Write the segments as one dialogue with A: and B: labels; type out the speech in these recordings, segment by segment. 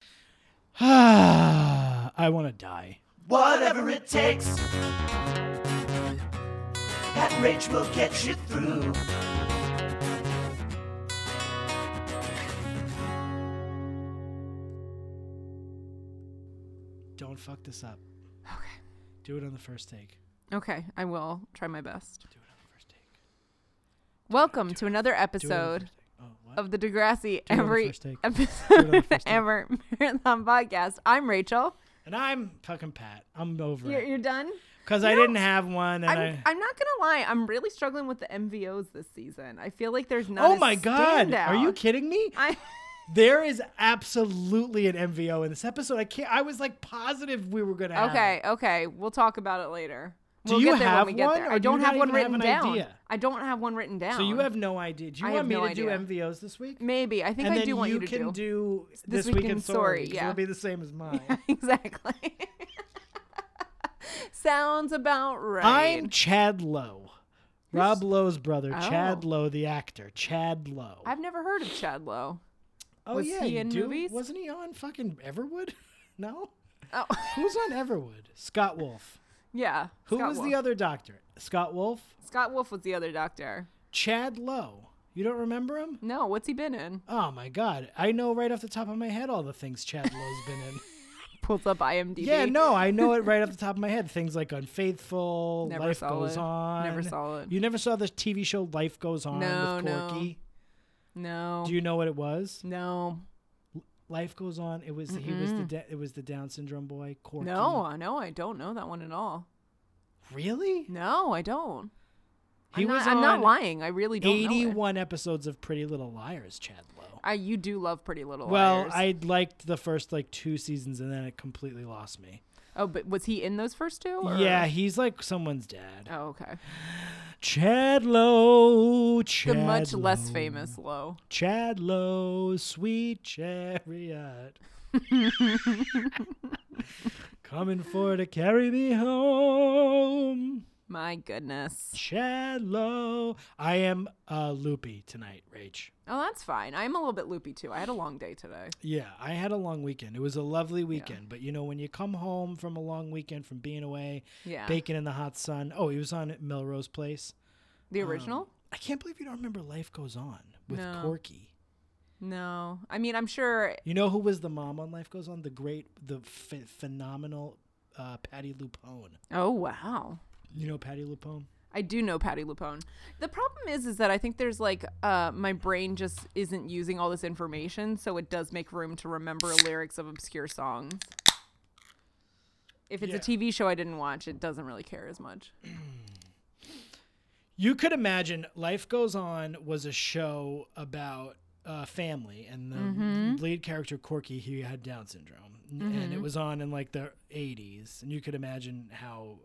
A: I want to die.
B: Whatever it takes. That rage will get you through.
A: Don't fuck this up. Okay. Do it on the first take.
C: Okay, I will try my best.
A: Do it on the first take.
C: Welcome to another
A: Do it on the
C: episode
A: first take. Oh, what?
C: of the Degrassi
A: on the
C: Every
A: first take. Do it on
C: Episode
A: the
C: of
A: first
C: the
A: take.
C: Amber Marathon Podcast. I'm Rachel.
A: and I'm fucking Pat. I'm over
C: You're,
A: it
C: you're done.
A: because I
C: know,
A: didn't have one. And
C: I'm,
A: I,
C: I'm not gonna lie. I'm really struggling with the MVOs this season. I feel like there's not.
A: oh
C: a
A: my god, are you
C: standout.
A: kidding me?
C: I
A: There is absolutely an MVO in this episode. I can't. I was like positive we were gonna. Have
C: okay.
A: it.
C: Okay, we'll talk about it later.
A: Do
C: we'll
A: you
C: get there
A: have
C: when we get
A: one,
C: there.
A: or
C: I
A: do you
C: don't
A: not
C: have one
A: even have
C: written
A: an
C: down.
A: idea?
C: I don't have one written down.
A: So you have no idea. Do you
C: I
A: want
C: have
A: me
C: no
A: to
C: idea.
A: do MVOs this week?
C: maybe. I think
A: and
C: I
A: then
C: do want you, to
A: can
C: do.
A: do
C: This
A: this week in
C: Weekend
A: story.
C: Story,
A: 'cause
C: yeah.
A: it'll be the same as mine.
C: exactly. Sounds about right.
A: I'm Chad Lowe. Rob Lowe's brother, Chad
C: Oh.
A: Lowe, the actor. Chad Lowe.
C: I've never heard of Chad Lowe.
A: oh
C: was
A: yeah,
C: he
A: you
C: in
A: do?
C: movies?
A: Wasn't he on fucking Everwood? no.
C: Oh,
A: Who's on Everwood? Scott Wolf.
C: yeah.
A: Who
C: Scott
A: was
C: Wolf.
A: the other doctor? Scott Wolf.
C: Scott Wolf was the other doctor.
A: Chad Lowe. You don't remember him?
C: No, what's he been in?
A: Oh my god, I know right off the top of my head all the things Chad Lowe's been in.
C: Pulls up IMDb.
A: Yeah, no, I know it right off the top of my head. Things like Unfaithful,
C: Never
A: Life
C: saw
A: Goes
C: it.
A: On.
C: Never saw it.
A: You never saw the TV show Life Goes On
C: No,
A: with
C: no.
A: Corky?
C: No.
A: Do you know what it was?
C: no.
A: Life Goes On. It was he was the da- it was the Down syndrome boy Corky.
C: No, I know. I don't know that one at all.
A: really.
C: No, I don't.
A: He
C: I'm
A: was
C: not, I'm not
A: on
C: lying. I really don't know. it.
A: Eighty-one episodes of Pretty Little Liars, Chad Lowe.
C: I, you do love Pretty Little
A: Well,
C: Liars.
A: I liked the first like two seasons, and then it completely lost me.
C: Oh, but was he in those first two? or-
A: Yeah, he's like someone's dad.
C: Oh, okay.
A: Chad Lowe. Chad
C: the much less
A: Lowe.
C: famous Lowe.
A: Chad Lowe, sweet chariot. Coming for to carry me home.
C: My goodness.
A: Chad Lowe. I am uh, loopy tonight, Rach.
C: Oh, that's fine. I'm a little bit loopy too. I had a long day today.
A: Yeah, I had a long weekend. It was a lovely weekend. But you know, when you come home from a long weekend from being away,
C: Yeah.
A: baking in the hot sun. Oh, he was on Melrose Place. Um,
C: the original?
A: I can't believe you don't remember Life Goes On with
C: No.
A: Corky.
C: no. I mean, I'm sure.
A: You know who was the mom on Life Goes On? The great, the ph- phenomenal uh, Patty Lupone.
C: Oh, wow.
A: You know Patty Lupone?
C: I do know Patty Lupone. The problem is, is that I think there's like, uh, my brain just isn't using all this information, so it does make room to remember lyrics of obscure songs. If it's
A: Yeah.
C: a TV show I didn't watch, it doesn't really care as much.
A: You could imagine Life Goes On was a show about uh, family, and the
C: Mm-hmm.
A: lead character Corky, he had Down syndrome, N- and it was on in like the '80s, and you could imagine how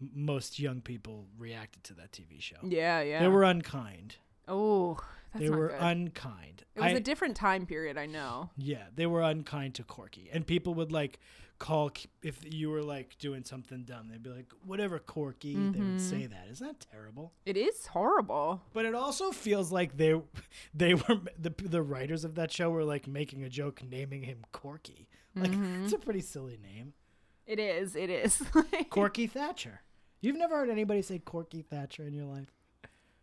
A: m- most young people reacted to that TV show.
C: Yeah, yeah.
A: They were unkind.
C: oh, that's
A: they
C: not
A: were
C: good.
A: unkind.
C: it was
A: I-
C: a different time period, I know.
A: Yeah, they were unkind to Corky, and people would like call K- if you were like doing something dumb. They'd be like, "Whatever, Corky." They
C: Mm-hmm.
A: would say that. Isn't that terrible?
C: It is horrible.
A: But it also feels like they they were the the writers of that show were like making a joke, naming him Corky. Like
C: Mm-hmm.
A: it's a pretty silly name,
C: It is. It is.
A: Corky Thatcher. You've never heard anybody say Corky Thatcher in your life,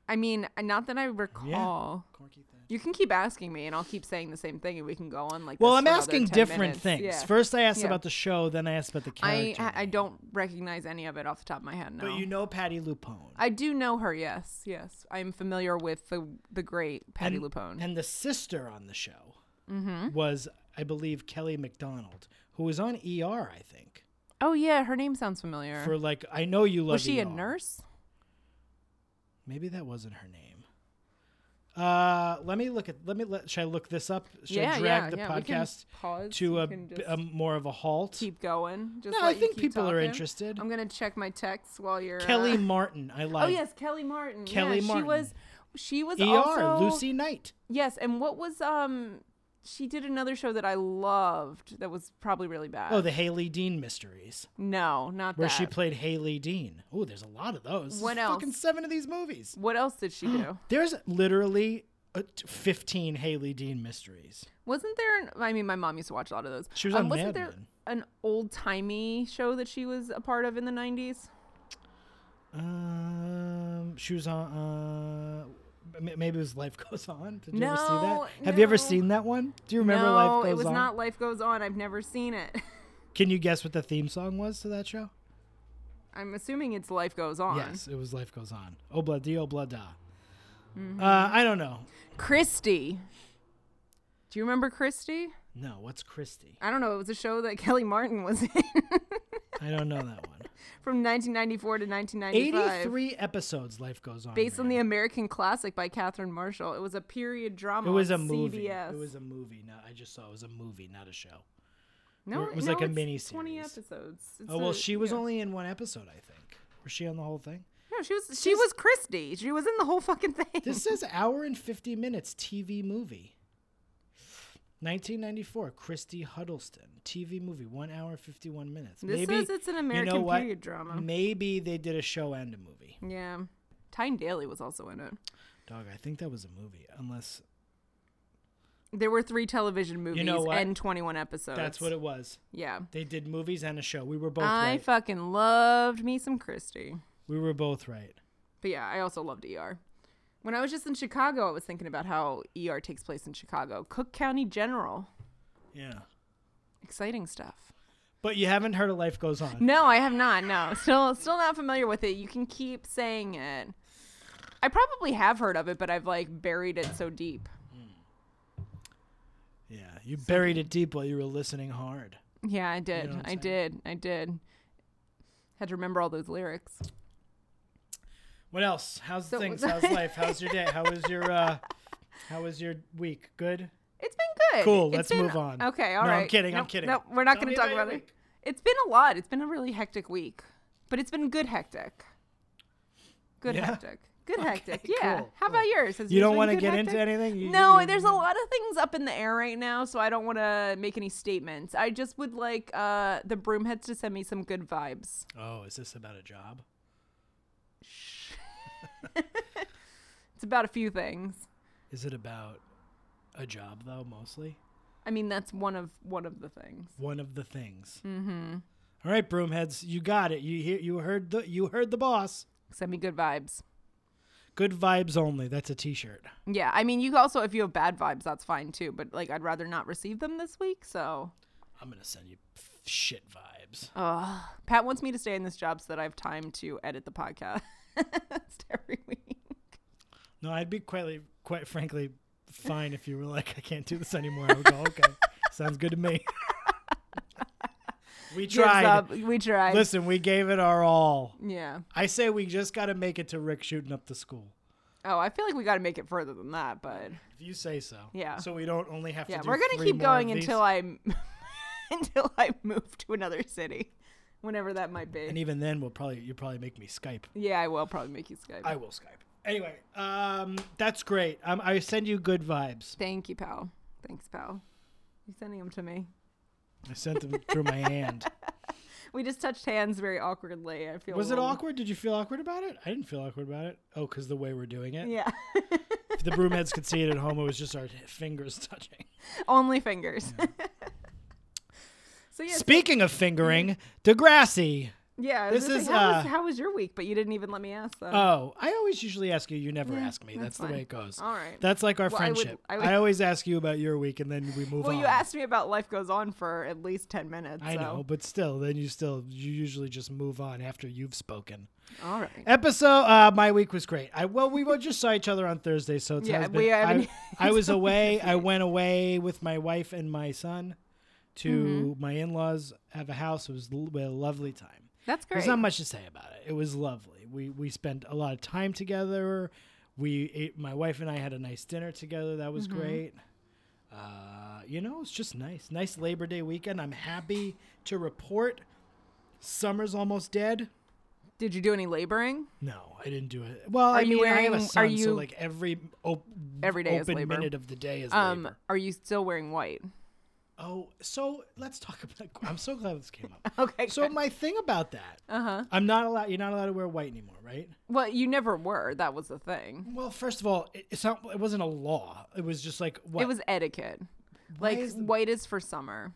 C: I mean, uh, not that I recall.
A: Corky Thatcher.
C: You can keep asking me, and I'll keep saying the same thing, and we can go on like.
A: Well,
C: this
A: I'm
C: for another
A: asking
C: 10
A: different
C: minutes.
A: things.
C: Yeah.
A: First, I asked
C: Yeah.
A: about the show, then I asked about the
C: I
A: character.
C: I I
A: name.
C: don't recognize any of it off the top of my head. No,
A: But you know Patty Lupone.
C: I do know her. Yes, yes, I'm familiar with the the great Patty Lupone.
A: And the sister on the show was, I believe, Kelly McDonald, who was on ER, I think.
C: oh yeah, her name sounds familiar.
A: For like, I know you love.
C: Was she a
A: ER.
C: nurse?
A: Maybe that wasn't her name. Uh, let me look at. Let me let. Should I look this up? Should
C: yeah,
A: I
C: yeah,
A: drag the
C: yeah. We can
A: podcast
C: pause.
A: to
C: We
A: a,
C: can
A: b-
C: just
A: a more of a halt?
C: keep going. Just
A: No,
C: let
A: I
C: you
A: think
C: keep
A: people are
C: talking.
A: interested.
C: I'm gonna check my texts while you're
A: Kelly
C: uh,
A: Martin, I like.
C: Oh yes, Kelly Martin.
A: Kelly
C: yeah,
A: Martin.
C: She was. She was
A: ER,
C: also
A: Lucy Knight.
C: Yes, and what was um? She did another show that I loved that was probably really bad.
A: Oh, the Haley Dean mysteries,
C: no, not
A: where
C: that.
A: she played Haley Dean. Oh, there's a lot of those.
C: What
A: There's Fucking
C: else?
A: seven of these movies.
C: what else did she do?
A: There's literally uh, t- 15 Haley Dean mysteries.
C: Wasn't there? An, I mean, my mom used to watch a lot of those. Um,
A: She was on
C: wasn't
A: Mad
C: there
A: Men.
C: an old timey show that she was a part of in the nineties?
A: Um, she was on. Uh, m- maybe it was Life Goes On. Did you ever see
C: No,
A: that? Have you ever
C: no.
A: seen that one? Do you remember
C: no,
A: Life Goes
C: it was
A: On?
C: not. Life goes on. I've never seen it.
A: Can you guess what the theme song was to that show?
C: I'm assuming it's Life Goes On.
A: Yes, it was Life Goes On. Oh, Obla di obla da.
C: Mm-hmm.
A: Uh, I don't know.
C: Christy. Do you remember Christy?
A: No, what's Christie?
C: I don't know. It was a show that Kelly Martin was in
A: I don't know that one.
C: from 1994 to 1995.
A: 83 episodes Life Goes On.
C: Based on the
A: ran.
C: American classic by Catherine Marshall. It was a period drama.
A: It was a
C: on
A: movie.
C: CBS.
A: It was a movie. No, I just saw it was a movie, not a show.
C: no,
A: or it was
C: no,
A: like a
C: it's
A: miniseries.
C: 20 episodes. It's
A: Oh, well,
C: a-
A: she was
C: yeah.
A: only in one episode, I think. Was she on the whole thing?
C: No, she was. She was Christy. She was in the whole fucking thing.
A: This says hour and 50 minutes TV movie. 1994, Christy Huddleston. TV movie, 1 hour 51 minutes.
C: This
A: Maybe,
C: says it's an American
A: you know what?
C: period drama.
A: Maybe they did a show and a movie.
C: yeah. Tyne Daly was also in it.
A: Dog, I think that was a movie. Unless
C: There were three television movies
A: know what?
C: and 21 episodes.
A: that's what it was.
C: Yeah.
A: They did movies and a show. We were both
C: I
A: right.
C: fucking loved me some Christie.
A: we were both right.
C: But yeah, I also loved ER. When I was just in Chicago, I was thinking about how ER takes place in Chicago. Cook County General.
A: Yeah.
C: Exciting stuff.
A: But you haven't heard of Life Goes On.
C: No, I have not. No. Still still not familiar with it. You can keep saying it. I probably have heard of it, but I've like buried it so deep.
A: Yeah. You buried it deep while you were listening hard.
C: Yeah, I did.
A: what I'm
C: I
A: saying?
C: did. I did. Had to remember all those lyrics.
A: What else? How's
C: So-
A: things? How's life? How's your day? How was your uh how was your week? Good?
C: It's been good.
A: Cool,
C: It's
A: let's
C: been-
A: move on.
C: Okay, all
A: No,
C: right.
A: I'm kidding, I'm
C: Nope,
A: kidding.
C: nope, we're not
A: Tell
C: going
A: me
C: to talk
A: about your
C: about it.
A: week.
C: It's been a lot. It's been a really hectic week, but it's been good hectic. Good
A: Yeah?
C: hectic. Good hectic.
A: cool,
C: Yeah. How
A: cool.
C: about yours? Has
A: You
C: yours
A: don't
C: been
A: wanna
C: good
A: get
C: hectic?
A: into anything? You-
C: no,
A: you-
C: there's a lot of things up in the air right now, so I don't want to make any statements. I just would like uh, the broomheads to send me some good vibes.
A: Oh, is this about a job?
C: It's about a few things.
A: Is it about a job though, mostly?
C: I mean, that's one of one of the things.
A: One of the things. Mm-hmm. All right, broomheads, you got it. You hear, you heard the you heard the boss.
C: Send me good vibes.
A: Good vibes only. That's a T-shirt.
C: Yeah, I mean, you also if you have bad vibes, that's fine too. But like, I'd rather not receive them this week. So,
A: I'm gonna send you f- shit vibes.
C: Pat wants me to stay in this job so that I have time to edit the podcast every week.
A: No, I'd be quite quite frankly fine if you were like, I can't do this anymore. I would go, okay, sounds good to me. we
C: Gives
A: tried.
C: up. We tried.
A: Listen, we gave it our all.
C: Yeah.
A: I say we just got to make it to Rick shooting up the school.
C: Oh, I feel like we got to make it further than that, but
A: If you say so.
C: Yeah.
A: So we don't only have
C: yeah,
A: to. do
C: we're gonna
A: three
C: keep
A: more of
C: going
A: these.
C: until I until I move to another city, whenever that might be.
A: And even then, we'll probably you probably make me Skype.
C: yeah, I will probably make you Skype.
A: I will Skype. Anyway, um, that's great. Um, I send you good vibes.
C: Thank you, pal. Thanks, pal. You sending them to me.
A: I sent them through my hand.
C: We just touched hands very awkwardly. I feel. a
A: Was it
C: little-
A: awkward? Did you feel awkward about it? I didn't feel awkward about it. Oh, because the way we're doing it.
C: Yeah.
A: If the broomheads could see it at home, it was just our fingers touching.
C: Only fingers. so yeah, Mm-hmm. so-
A: Speaking of fingering, Degrassi.
C: yeah. I was
A: this
C: gonna say,
A: is,
C: how, was,
A: uh,
C: how was your week? But you didn't even let me ask that.
A: Oh, I always usually ask you. You never ask me. That's,
C: that's
A: the
C: fine.
A: way it goes.
C: All right.
A: That's like our
C: Well, I would-
A: friendship. I,
C: I would-
A: always ask you about your week, and then we move
C: well,
A: on.
C: you asked me about life goes on for at least ten minutes.
A: I
C: so.
A: know, but still, then you still you usually just move on after you've spoken.
C: All right.
A: Episode. Uh, my week was great. I well, we both just saw each other on Thursday, so it's
C: Yeah,
A: has been-
C: we haven't-
A: I, I was away. I went away with my wife and my son to
C: Mm-hmm.
A: my in-laws have a house. It was l- a lovely time.
C: That's great.
A: There's not much to say about it. It was lovely. We we spent a lot of time together. We ate, my wife and I had a nice dinner together. That
C: Mm-hmm.
A: was great. Uh, you know, it's just nice. Nice Labor Day weekend. I'm happy to report. Summer's almost dead.
C: Did you do any laboring?
A: No, I didn't do it. Well,
C: Are
A: I
C: you
A: mean, I have
C: wearing-
A: a
C: are
A: son, so
C: you-
A: like every op-
C: Every day is
A: open
C: labor.
A: minute of the day is
C: Um,
A: labor.
C: are you still wearing white?
A: Oh, so let's talk about. I'm so glad this came up.
C: Okay.
A: So my thing about that, uh-huh. I'm not allowed. You're not allowed to wear white anymore, right?
C: well, you never were. That was the thing.
A: Well, first of all, it, it's not. It wasn't a law. It was just like what
C: It was etiquette. like
A: is the-
C: white is for summer.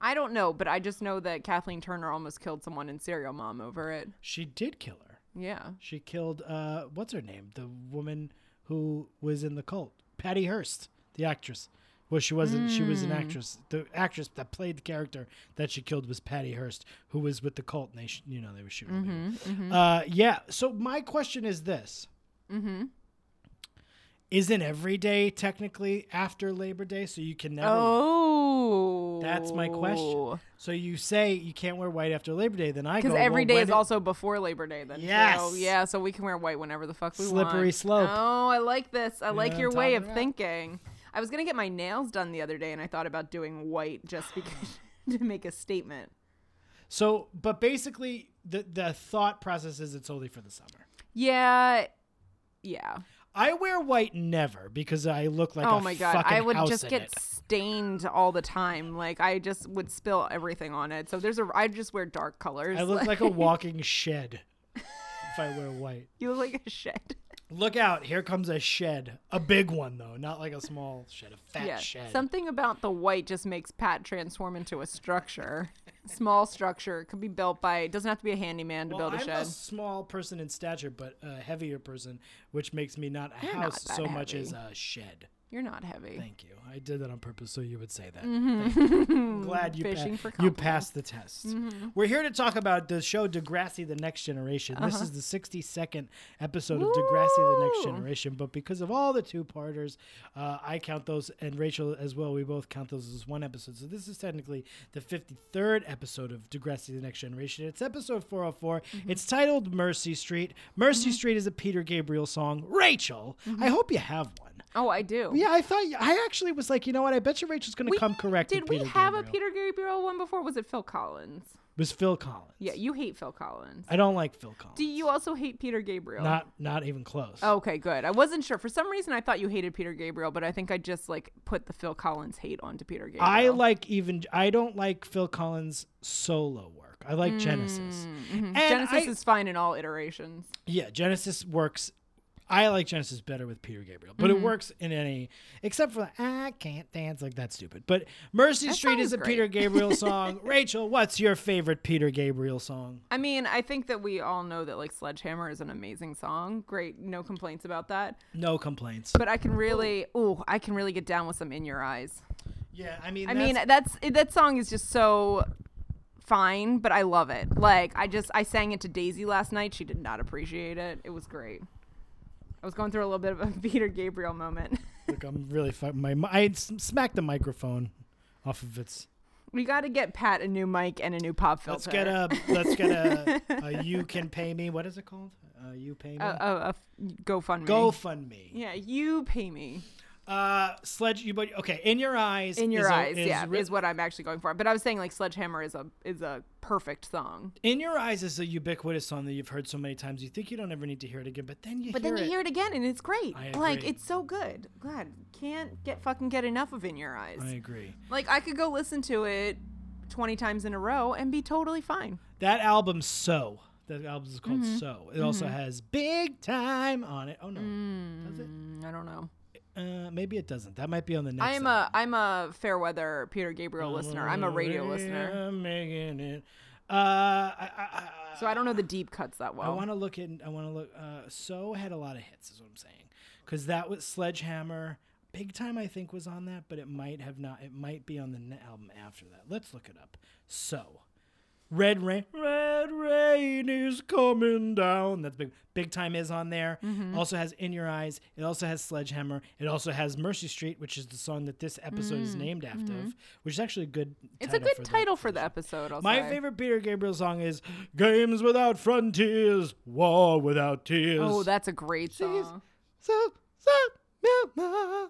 C: I don't know, but I just know that Kathleen Turner almost killed someone in Serial Mom over it.
A: she did kill her.
C: Yeah.
A: She killed uh, what's her name? The woman who was in the cult, Patty Hearst, the actress. Well, she wasn't. She was an
C: Hmm.
A: actress. The actress that played the character that she killed was Patty Hearst, who was with the cult. And they, sh- you know, they were shooting.
C: Mm-hmm,
A: people. Uh, yeah. So my question is this:
C: Mm-hmm.
A: Isn't every day technically after Labor Day, so you can never?
C: Oh.
A: That's my question. So you say you can't wear white after Labor Day, then I go
C: Because every day
A: well,
C: is
A: when-
C: also before Labor Day, then.
A: Yes.
C: So, yeah, so we can wear white whenever the fuck we want.
A: Slippery slope.
C: Oh, I like this. I like
A: what
C: your
A: I'm
C: way
A: talking
C: of
A: about?
C: thinking. I was gonna get my nails done the other day, and I thought about doing white just because to make a statement.
A: So, but basically, the the thought process is it's only for the summer.
C: Yeah, yeah.
A: I wear white never because I look like
C: oh
A: a
C: my god,
A: fucking
C: I would
A: house
C: just
A: in
C: get
A: it.
C: stained all the time. Like I just would spill everything on it. So there's a. I just wear dark colors.
A: I look like a walking shed if I wear white.
C: you look like a shed.
A: Look out! Here comes a shed, a big one though, not like a small shed, a fat
C: yeah.
A: shed.
C: Something about the white just makes Pat transform into a structure. Small structure. It could be built by it doesn't have to be a handyman to
A: well,
C: build a
A: I'm
C: shed.
A: a small person in stature, but a heavier person, which makes me not a
C: You're not
A: house
C: that
A: so much
C: heavy.
A: as a shed.
C: You're not heavy.
A: Thank you. I did that on purpose so you would say that. Thank you. I'm glad you,
C: Mm-hmm. Fishing for Mm-hmm.
A: pa- you passed the test. We're here to talk about the show Degrassi The Next Generation. This is the 62nd episode of Degrassi The Next
C: Uh-huh. Woo!
A: Generation, but because of all the two parters, uh, I count those, and Rachel as well, we both count those as one episode. So this is technically the 53rd episode of Degrassi The Next Generation. It's episode 404.
C: Mm-hmm.
A: It's titled Mercy Street. Mercy Street is a Peter Gabriel song. Rachel,
C: Mm-hmm.
A: I hope you have one.
C: Oh, I do.
A: Yeah, I thought I actually was like, you know what? I bet you Rachel's going to
C: We-
A: come correct.
C: Did
A: with
C: we
A: Peter
C: have
A: Gabriel.
C: a Peter Gabriel one before? Was it Phil Collins?
A: It was Phil Collins.
C: Yeah, you hate Phil Collins.
A: I don't like Phil Collins.
C: Do you Oh, also hate Peter Gabriel?
A: Not not even close.
C: Okay, good. I wasn't sure. For some reason, I thought you hated Peter Gabriel, but I think I just like put the Phil Collins hate onto Peter Gabriel.
A: I like even I don't like Phil Collins solo work. I like Genesis. And
C: Mm, mm-hmm. Genesis
A: I-
C: is fine in all iterations.
A: yeah, Genesis works. I like Genesis better with Peter Gabriel, but it
C: Mm-hmm.
A: works in any except for the, I can't dance like that's stupid. But Mercy Street
C: song
A: is
C: is
A: a
C: great.
A: Peter Gabriel song. Rachel, what's your favorite Peter Gabriel song?
C: I mean, I think that we all know that like Sledgehammer is an amazing song. Great, no complaints about that.
A: No complaints.
C: But I can really, ooh, I can really get down with some In Your Eyes.
A: yeah, I mean,
C: I
A: that's-
C: mean, that's it- that song is just so fine, but I love it. Like I just I sang it to Daisy last night. She did not appreciate it. It was great. I was going through a little bit of a Peter Gabriel moment.
A: Look, I'm really fuck my mi- I s- smacked the microphone off of its.
C: we got to get Pat a new mic and a new pop filter.
A: Let's get a let's get a, a you can pay me. What is it called? Uh, you pay me.
C: a, a, a f- GoFundMe.
A: GoFundMe.
C: Oh, yeah, you pay me.
A: Uh, sledge you but okay. In your eyes.
C: In your
A: is a-
C: eyes,
A: is
C: yeah,
A: ri-
C: is what I'm actually going for. But I was saying like Sledgehammer is a is a perfect song.
A: in your eyes is a ubiquitous song that you've heard so many times. You think you don't ever need to hear it again, but then you
C: But
A: hear
C: then you
A: it.
C: hear it again and it's great.
A: I
C: Like
A: agree.
C: it's so good. God, can't get fucking get enough of In Your Eyes.
A: I agree.
C: Like I could go listen to it 20 times in a row and be totally fine.
A: That album, so that album is called
C: Mm-hmm.
A: So. It also has Big Time on it. Oh no, does it?
C: Mm, I don't know.
A: Uh, maybe it doesn't. That might be on the next.
C: I am
A: album.
C: a I'm a fair weather Peter Gabriel listener. I'm a radio
A: Yeah,
C: listener.
A: I'm making it. Uh, I, I, I,
C: So I don't know the deep cuts that
A: I
C: well.
A: want to look in. I want to look. Uh, so had a lot of hits, is what I'm saying. Because that was Sledgehammer. Big Time, I think, was on that, but it might have not. It might be on the ne- album after that. Let's look it up. So, Red Rain. Red Rain is coming down. That's big. Big Time is on there.
C: Mm-hmm.
A: Also has In Your Eyes. It also has Sledgehammer. It also has Mercy Street, which is the song that this episode is named after, of, which is actually a good.
C: Mm, mm-hmm. it's a good
A: for the-
C: title for the episode. I'll
A: my
C: say.
A: favorite Peter Gabriel song is "Games Without Frontiers, War Without Tears."
C: Oh, that's a great song.
A: So- so- yeah, ma.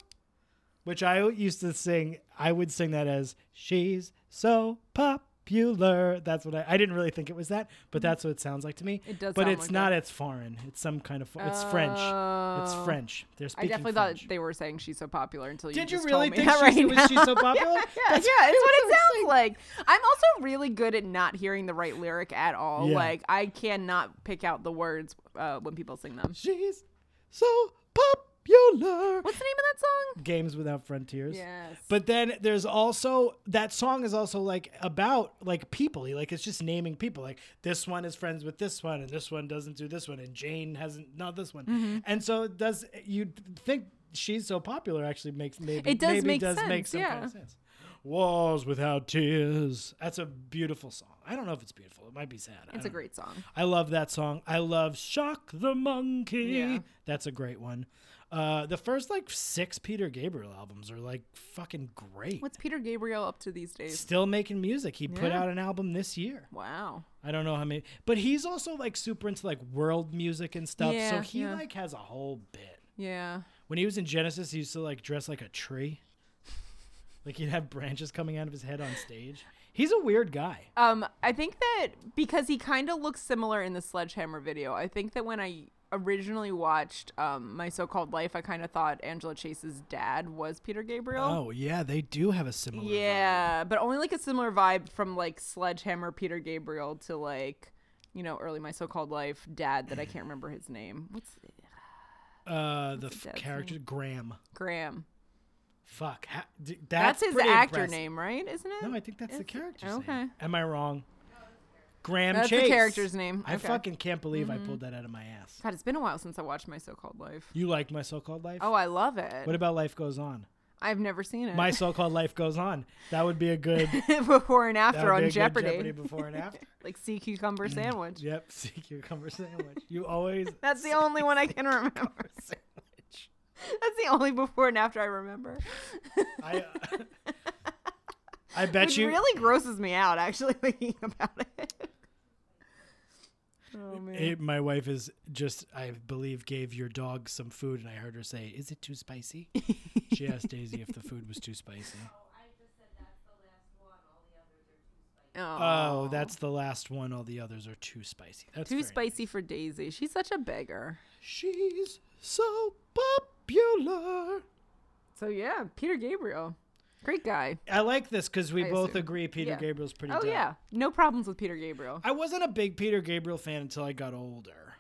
A: which I used to sing. I would sing that as "She's so popular." Bueller. That's what I, I didn't really think it was that, but that's what it sounds like to me.
C: Mm-hmm. It does
A: But
C: sound
A: it's
C: like
A: not.
C: that.
A: It's foreign. It's some kind of. fo- It's French. It's
C: Oh.
A: French. They're
C: I
A: speaking
C: definitely
A: French.
C: thought they were saying she's so popular until you
A: Did you
C: just
A: really
C: told me
A: think
C: that
A: she's,
C: right
A: was she
C: now.
A: so popular?
C: Yeah, yeah, it's what it sounds like. I'm also really good at not hearing the right lyric at all.
A: Yeah.
C: Like I cannot pick out the words uh, when people sing them.
A: She's so popular.
C: What's the name of that song?
A: Games Without Frontiers.
C: Yes.
A: But then there's also that song is also like about like people. Like it's just naming people. Like this one is friends with this one, and this one doesn't do this one, and Jane hasn't not this one.
C: Mm-hmm.
A: And so it does you think she's so popular actually makes maybe
C: It does
A: maybe
C: make
A: does make
C: sense,
A: some kind of
C: yeah.
A: sense. Walls without tears. That's a beautiful song. I don't know if it's beautiful. It might be sad. I
C: It's a
A: don't know.
C: great song.
A: I love that song. I love Shock the Monkey.
C: Yeah.
A: That's a great one. Uh, the first like six Peter Gabriel albums are like fucking great.
C: What's Peter Gabriel up to these days?
A: Still making music. He put
C: Yeah.
A: out an album this year.
C: Wow.
A: I don't know how many, but he's also like super into like world music and stuff. so
C: Yeah,
A: he
C: yeah.
A: like has a whole bit.
C: Yeah.
A: When he was in Genesis, he used to like dress like a tree. Like he'd have branches coming out of his head on stage. He's a weird guy.
C: Um, I think that because he kind of looks similar in the Sledgehammer video, I think that when I originally watched um, My So Called Life, I kind of thought Angela Chase's dad was Peter Gabriel.
A: Oh yeah, they do have a similar. vibe.
C: Yeah, but only like a similar vibe from like Sledgehammer Peter Gabriel to like, you know, early my so-called life dad that I can't remember his name. What's
A: Uh, the f-
C: dad's
A: character Graham.
C: Graham?
A: Fuck. Ha- d-
C: That's,
A: that's
C: his
A: pretty
C: actor
A: impressive.
C: name, right? Isn't it?
A: No, I think that's the
C: Is it?
A: character's
C: Okay.
A: name. Am I wrong? Graham
C: That's the
A: Chase.
C: character's name.
A: I
C: Okay. Mm-hmm.
A: fucking can't believe I pulled that out of my ass.
C: God, it's been a while since I watched my so-called life.
A: You like My So-Called Life?
C: Oh, I love it.
A: What about Life Goes On?
C: I've never seen it.
A: My So-Called Life Goes On. That would be a good
C: before and
A: that
C: after
A: would be
C: on
A: a
C: Jeopardy.
A: Good Jeopardy Mm. before and after.
C: like sea cucumber sandwich.
A: yep, sea cucumber sandwich. You always
C: That's the only one I can remember. That's the only before and after I remember.
A: I I bet
C: Which
A: you
C: really grosses me out actually thinking about it. Oh man.
A: Eh, my wife is just, I believe, gave your dog some food, and I heard her say, "Is it too spicy?" she asked Daisy if the food was too spicy. Oh, that's the last one. All the others are too spicy. That's
C: too
A: very-
C: spicy for Daisy. She's such a beggar.
A: She's so popular.
C: So yeah, Peter Gabriel. Great guy.
A: I like this because we
C: I
A: both
C: assume.
A: agree Peter
C: Yeah.
A: Gabriel's pretty.
C: oh
A: dope.
C: yeah. No problems with Peter Gabriel.
A: I wasn't a big Peter Gabriel fan until I got older.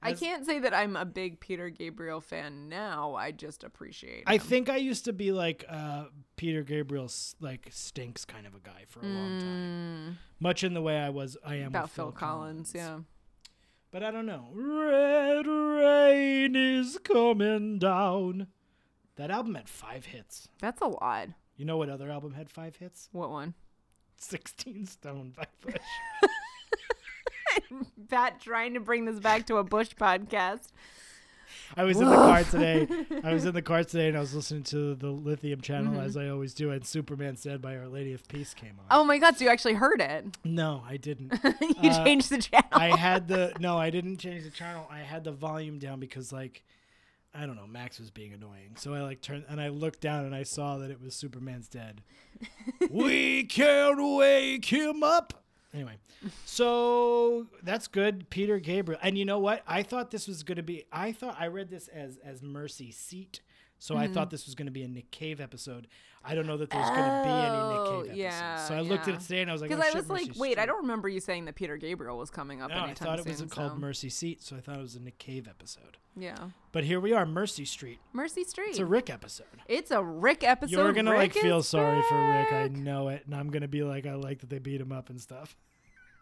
C: I can't say that I'm a big Peter Gabriel fan now. I just appreciate
A: I
C: him.
A: think I used to be like uh, Peter Gabriel's like stinks kind of a guy for a long time, much in the way I was I am
C: Mm. about
A: with
C: Phil Collins, yeah.
A: But I don't know. Red rain is coming down. That album had five hits.
C: That's a lot.
A: You know what other album had five hits?
C: What one?
A: Sixteen Stone by Bush.
C: Bat trying to bring this back to a Bush podcast.
A: I was in the car today. I was in the car today, and I was listening to the Lithium channel as I always do, and Superman Said by Our Lady of Peace came on.
C: Mm-hmm. Oh my god, so you actually heard it.
A: No, I didn't.
C: you
A: Uh,
C: changed the channel.
A: I had the no, I didn't change the channel. I had the volume down because like I don't know, Max was being annoying. So I like turned and I looked down and I saw that it was Superman's dead. we can't wake him up. Anyway, so that's good, Peter Gabriel. And you know what? I thought this was going to be. I thought I read this as as Mercy Seat, so
C: Mm-hmm.
A: I thought this was going to be a Nick Cave episode. I don't know that there's going to be any
C: Oh,
A: Nick Cave
C: yeah,
A: episodes. So I looked at
C: yeah.
A: it today and I was like,
C: Because
A: oh,
C: I
A: shit,
C: was
A: Mercy
C: like, wait, I
A: Street."
C: don't remember you saying that Peter Gabriel was coming up
A: No, I
C: anytime
A: thought it was
C: soon,
A: called
C: so-
A: Mercy Seat, so I thought it was a Nick Cave episode.
C: Yeah,
A: But here we are, Mercy Street.
C: Mercy Street.
A: It's a Rick episode.
C: Rick episode.
A: You're gonna
C: Rick
A: like
C: is
A: feel sorry for Rick. I
C: back.
A: know it, and I'm gonna be like, I like that they beat him up and stuff.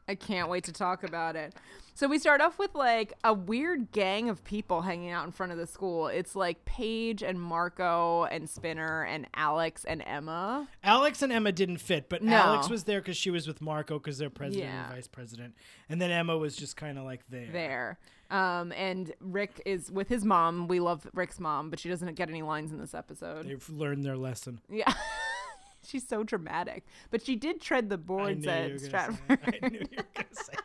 C: I can't wait to talk about it. So we start off with like a weird gang of people hanging out in front of the school. It's like Paige and Marco and Spinner and Alex and Emma.
A: Alex and Emma didn't fit, but
C: No.
A: Alex was there because she was with Marco because they're president
C: Yeah.
A: and vice president, and then Emma was just kind of like there.
C: there. Um, and Rick is with his mom. We love Rick's mom, but she doesn't get any lines in this episode.
A: They've learned their lesson.
C: yeah. She's so dramatic. But she did tread the
A: I
C: boards
A: knew, you
C: at
A: were gonna say
C: Stratford.
A: that. I knew you were gonna say that.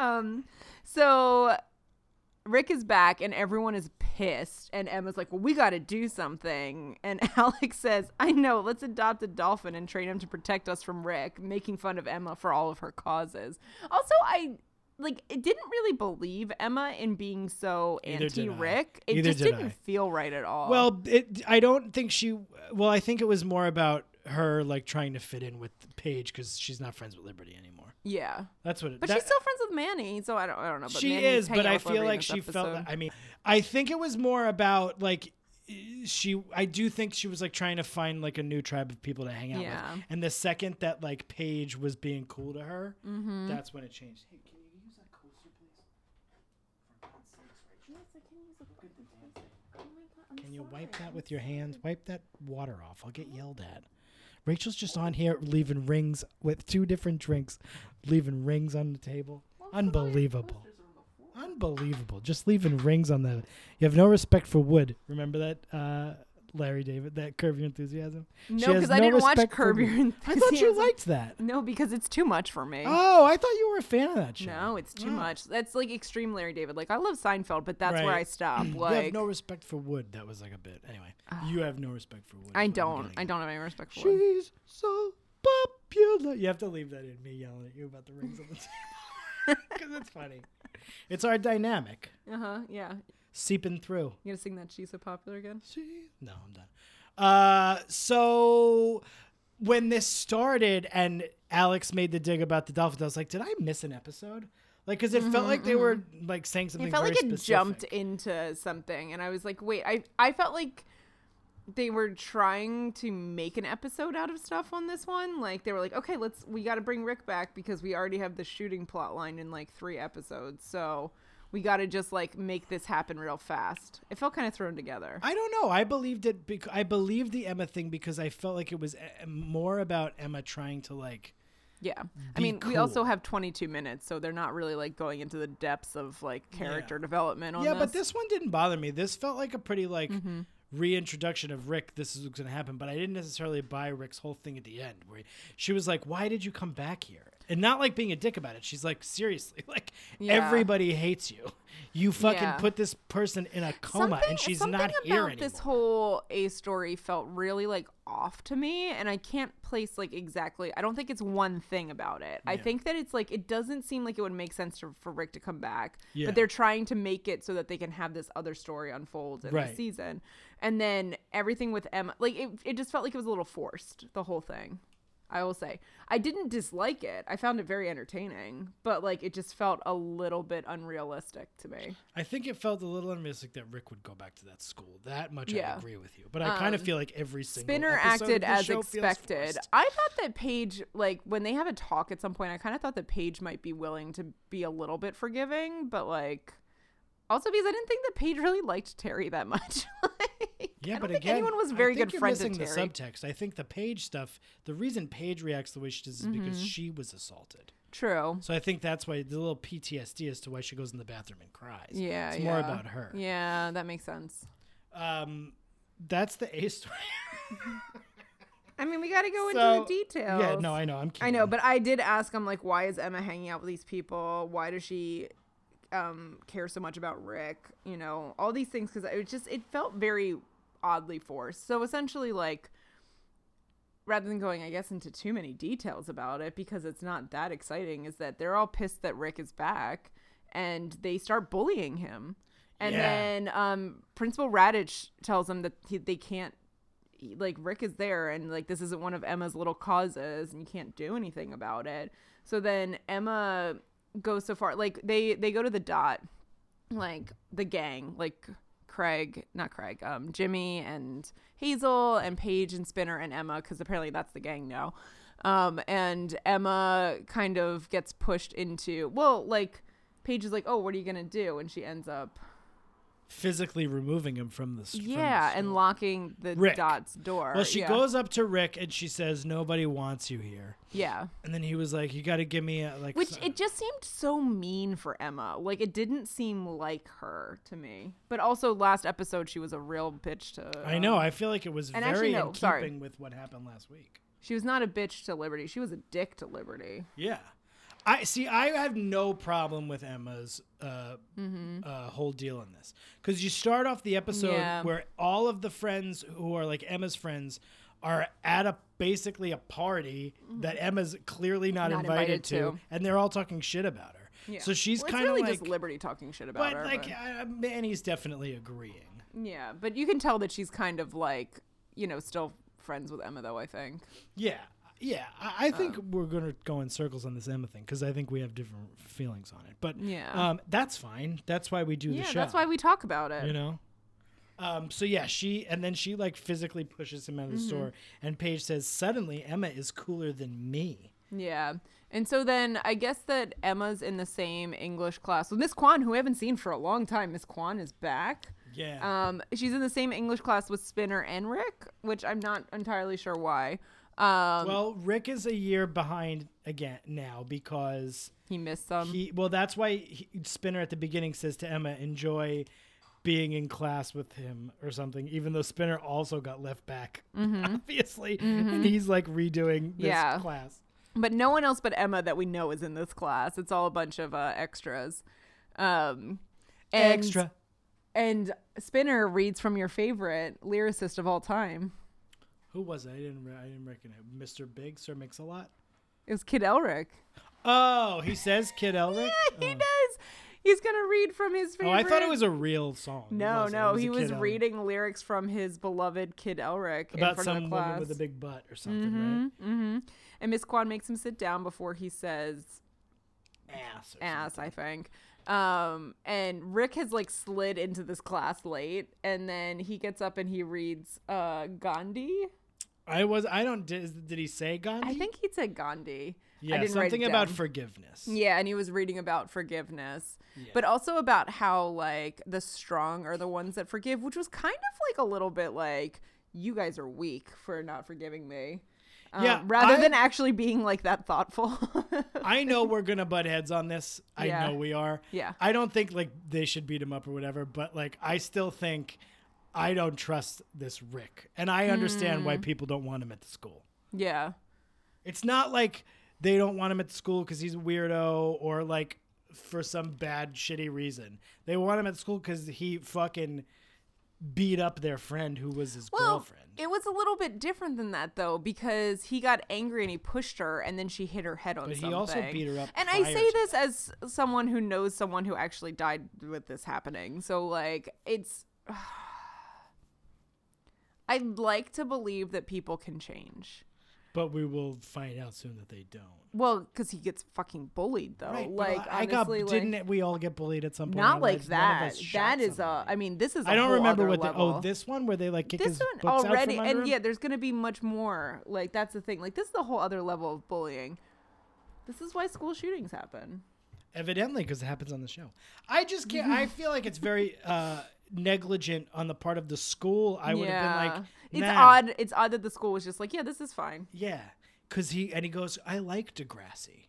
C: Um, so Rick is back and everyone is pissed. And Emma's like, well, we got to do something. And Alex says, I know, let's adopt a dolphin and train him to protect us from Rick, making fun of Emma for all of her causes. Also, I. Like it didn't really believe Emma in being so
A: Neither did I.
C: anti-Rick. It
A: Neither
C: just
A: did
C: didn't
A: I.
C: feel right at all.
A: Well, it, I don't think she. Well, I think it was more about her like trying to fit in with Paige because she's not friends with Liberty anymore.
C: yeah,
A: That's what. It,
C: but
A: that-
C: she's still friends with Manny, so I don't, I don't know. But
A: she
C: Manny
A: is, but
C: hanging
A: I
C: out with Liberty
A: feel
C: in
A: like
C: this
A: she felt.
C: episode.
A: I mean, I think it was more about like she. I do think she was like trying to find like a new tribe of people to hang out
C: Yeah.
A: with. And the second that like Paige was being cool to her,
C: Mm-hmm.
A: that's when it changed. Hey, can you use that coaster, please? Can you wipe that with your hands? Wipe that water off. I'll get yelled at. Rachel's just on here leaving rings with two different drinks, leaving rings on the table. Unbelievable. Unbelievable. Just leaving rings on the. You have no respect for wood. Remember that, uh, Larry David, that Curb Your Enthusiasm? She
C: No,
A: has
C: because I didn't watch
A: respect for
C: Curb
A: wood.
C: Your
A: I thought you
C: Enthusiasm.
A: liked that.
C: No, because it's too much for me.
A: Oh, I thought you were a fan of that show.
C: no, it's too
A: Oh.
C: much. That's like extreme Larry David. Like I love Seinfeld, but that's where
A: Right.
C: I stop.
A: you
C: Like Ah.
A: have no respect for wood. That was like a bit. Anyway, you have no respect for wood.
C: I
A: is what I'm
C: don't.
A: getting
C: I
A: at.
C: don't have any respect for. it.
A: She's so popular. You have to leave that in me yelling at you about the rings on the table because it's funny. It's our dynamic
C: Uh huh. Yeah.
A: seeping through.
C: You gonna sing that she's so popular again?
A: She- No, I'm done. Uh, so when this started and Alex made the dig about the dolphins, I was like, did I miss an episode? Like, because it felt like they were like saying something.
C: Mm-hmm, It felt
A: very
C: like it
A: specific.
C: jumped into something, and I was like, wait. I I felt like they were trying to make an episode out of stuff on this one. Like they were like, okay, let's we got to bring Rick back because we already have the shooting plot line in like three episodes, so we got to just like make this happen real fast. It felt kind of thrown together.
A: I don't know. I believed it. Bec- I believed the Emma thing because I felt like it was eh, more about Emma trying to like.
C: Yeah. I
A: be
C: mean, we also
A: cool.
C: have 22 minutes, so they're not really like going into the depths of like character development on
A: yeah,
C: this. Mm-hmm.
A: but this one didn't bother me. This felt like a pretty like reintroduction of Rick. This is what's going to happen, but I didn't necessarily buy Rick's whole thing at the end where he- she was like, "Why did you come back here?" And not like being a dick about it. She's like, "Seriously, like
C: Yeah.
A: everybody hates you. You fucking
C: Yeah.
A: put this person in a coma, and she's
C: something
A: not here
C: about
A: anymore."
C: this whole A story felt really like off to me, and I can't place like exactly. I don't think it's one thing about it. I think that it's like it doesn't seem like it would make sense to, for Rick to come back,
A: Yeah.
C: but they're trying to make it so that they can have this other story unfold in the
A: Right.
C: season, and then everything with Emma, like it, it just felt like it was a little forced. The whole thing. I will say I didn't dislike it. I found it very entertaining, but like it just felt a little bit unrealistic to me.
A: I think it felt a little unrealistic that Rick would go back to that school. That much
C: Yeah. Um,
A: I agree with you. But I kind of feel like every single
C: Spinner
A: episode
C: acted
A: of the
C: as
A: show feels
C: expected.
A: forced.
C: I thought that Paige, like when they have a talk at some point, I kind of thought that Paige might be willing to be a little bit forgiving, but like also because I didn't think that Paige really liked Terry that much. Like,
A: Yeah,
C: I
A: but
C: don't think
A: again,
C: anyone was
A: I
C: very
A: think
C: good
A: you're
C: friends
A: missing
C: with Terry.
A: the subtext. I think the Paige stuff. The reason Paige reacts the way she does is
C: Mm-hmm.
A: because she was assaulted.
C: True.
A: So I think that's why the little PTSD as to why she goes in the bathroom and cries.
C: Yeah,
A: it's more
C: yeah.
A: about her.
C: Yeah, that makes sense.
A: Um, that's the A story.
C: I mean, we got to go
A: So-
C: into the details.
A: Yeah, no, I know. I'm. Kidding.
C: I know, but I did ask him like, why is Emma hanging out with these people? Why does she um, care so much about Rick? You know, all these things because it just it felt very oddly forced. So essentially, like, rather than going, I guess, into too many details about it because it's not that exciting, is that they're all pissed that Rick is back and they start bullying him. And
A: Yeah.
C: then um, Principal Radich tells them that he, they can't like Rick is there and like this isn't one of Emma's little causes and you can't do anything about it. So then Emma goes so far like they they go to the dot like the gang like Craig, not Craig, um Jimmy and Hazel and Paige and Spinner and Emma cuz apparently that's the gang now. Um and Emma kind of gets pushed into well like Paige is like, "Oh, what are you going to do?" and she ends up
A: physically removing him from the. s- from the
C: yeah, and
A: store.
C: locking the
A: Rick.
C: dot's door.
A: Well, she
C: yeah.
A: goes up to Rick and she says, "Nobody wants you here."
C: Yeah.
A: And then he was like, "You got to give me a, like."
C: Which
A: some-
C: it just seemed so mean for Emma. Like it didn't seem like her to me. But also last episode she was a real bitch to
A: I know. I feel like it was
C: and
A: very
C: actually, no,
A: in
C: sorry.
A: keeping with what happened last week.
C: She was not a bitch to Liberty. She was a dick to Liberty.
A: Yeah. I see. I have no problem with Emma's uh,
C: Mm-hmm.
A: uh, whole deal on this because you start off the episode
C: Yeah.
A: where all of the friends who are like Emma's friends are at a basically a party that Emma's clearly not,
C: Mm-hmm. Not
A: invited,
C: invited
A: to,
C: to.
A: and they're all talking shit about her. So she's
C: Well, it's
A: kind of
C: really
A: like,
C: just Liberty talking shit about
A: but
C: her.
A: like
C: but-
A: uh, Manny's definitely agreeing.
C: yeah, but you can tell that she's kind of like you know still friends with Emma though. I think.
A: Yeah, yeah. I, I think
C: Um,
A: we're gonna go in circles on this Emma thing because I think we have different feelings on it. But
C: Yeah.
A: um, that's fine. That's why we do the
C: Yeah,
A: show.
C: that's why we talk about it.
A: you know. Um, so yeah, she and then she like physically pushes him out
C: Mm-hmm.
A: of the store, and Paige says, "Suddenly, Emma is cooler than me."
C: Yeah. And so then I guess that Emma's in the same English class with Miss Kwan, who we haven't seen for a long time. Miss Kwan is back.
A: Yeah,
C: Um, she's in the same English class with Spinner and Rick, which I'm not entirely sure why. Um,
A: Well, Rick is a year behind again now because
C: he missed some.
A: Mm-hmm. he. Well, that's why he, Spinner at the beginning says to Emma, "Enjoy being in class with him" or something. Even though Spinner also got left back, obviously, and he's like redoing this
C: Mm-hmm. Yeah.
A: class.
C: but no one else but Emma that we know is in this class. It's all a bunch of uh, extras. Um, and,
A: Extra.
C: And Spinner reads from your favorite lyricist of all time.
A: Who was it? I didn't. Re- I didn't recognize Mr. Big Sir Mix a Lot.
C: It was Kid Elric.
A: Oh, he says Kid Elric.
C: He
A: Oh.
C: does. He's gonna read from his
A: Oh,
C: favorite.
A: I thought it was a real song. It
C: No,
A: wasn't. It
C: no,
A: a
C: he
A: Kid
C: was
A: Elric.
C: reading lyrics from his beloved Kid Elric in
A: about
C: front
A: some
C: of the class. Mm-hmm.
A: woman with a big butt or something,
C: and Miss Kwan makes him sit down before he says
A: right? Ass. Or
C: ass, I think. Um, and Rick has like slid into this class late, and then he gets up and he reads uh, Gandhi.
A: something. I was. I don't. Did, did he say Gandhi?
C: I think he said Gandhi.
A: Yeah,
C: I didn't write it
A: something about
C: down.
A: forgiveness.
C: Yeah, and he was reading about forgiveness, but also about how like the strong are the ones that forgive, which was kind of like a little bit like you guys are weak for not forgiving me. Um,
A: Yeah,
C: rather
A: I-
C: than actually being like that thoughtful.
A: I know we're gonna butt heads on this. I
C: Yeah.
A: know we are.
C: Yeah.
A: I don't think like they should beat him up or whatever, but like I still think I don't trust this Rick, and I understand
C: Mm.
A: why people don't want him at the school.
C: yeah.
A: It's not like they don't want him at the school because he's a weirdo or like for some bad shitty reason. They want him at school because he fucking beat up their friend who was his
C: Well,
A: girlfriend.
C: it was a little bit different than that though, because he got angry and he pushed her, and then she hit her head on
A: But
C: something.
A: he also beat her up
C: And I
A: prior
C: say
A: to
C: this as someone who knows someone who actually died with this happening. So like, it's. I'd like to believe that people can change.
A: but we will find out soon that they don't.
C: Well, because he gets fucking bullied though.
A: Right, but
C: Oh, like
A: I got
C: honestly, like,
A: didn't we all get bullied at some point? in our
C: not like
A: lives? None of
C: that.
A: us shot
C: That is a.
A: somebody.
C: I mean, this is. I
A: I don't remember what.
C: the.
A: The, oh, this one where they like kick
C: this
A: his
C: one
A: books
C: already
A: out from under
C: and
A: him?
C: yeah there's gonna be much more like that's the thing like this is a whole other level of bullying this is why school shootings happen
A: Evidently, because it happens on the show. I just can't. I
C: Mm-hmm.
A: feel like it's very uh, negligent on the part of the school. I would have been like,
C: it's
A: nah.
C: odd it's odd that the school was just like yeah this is fine
A: Yeah, because he and he goes, I like Degrassi.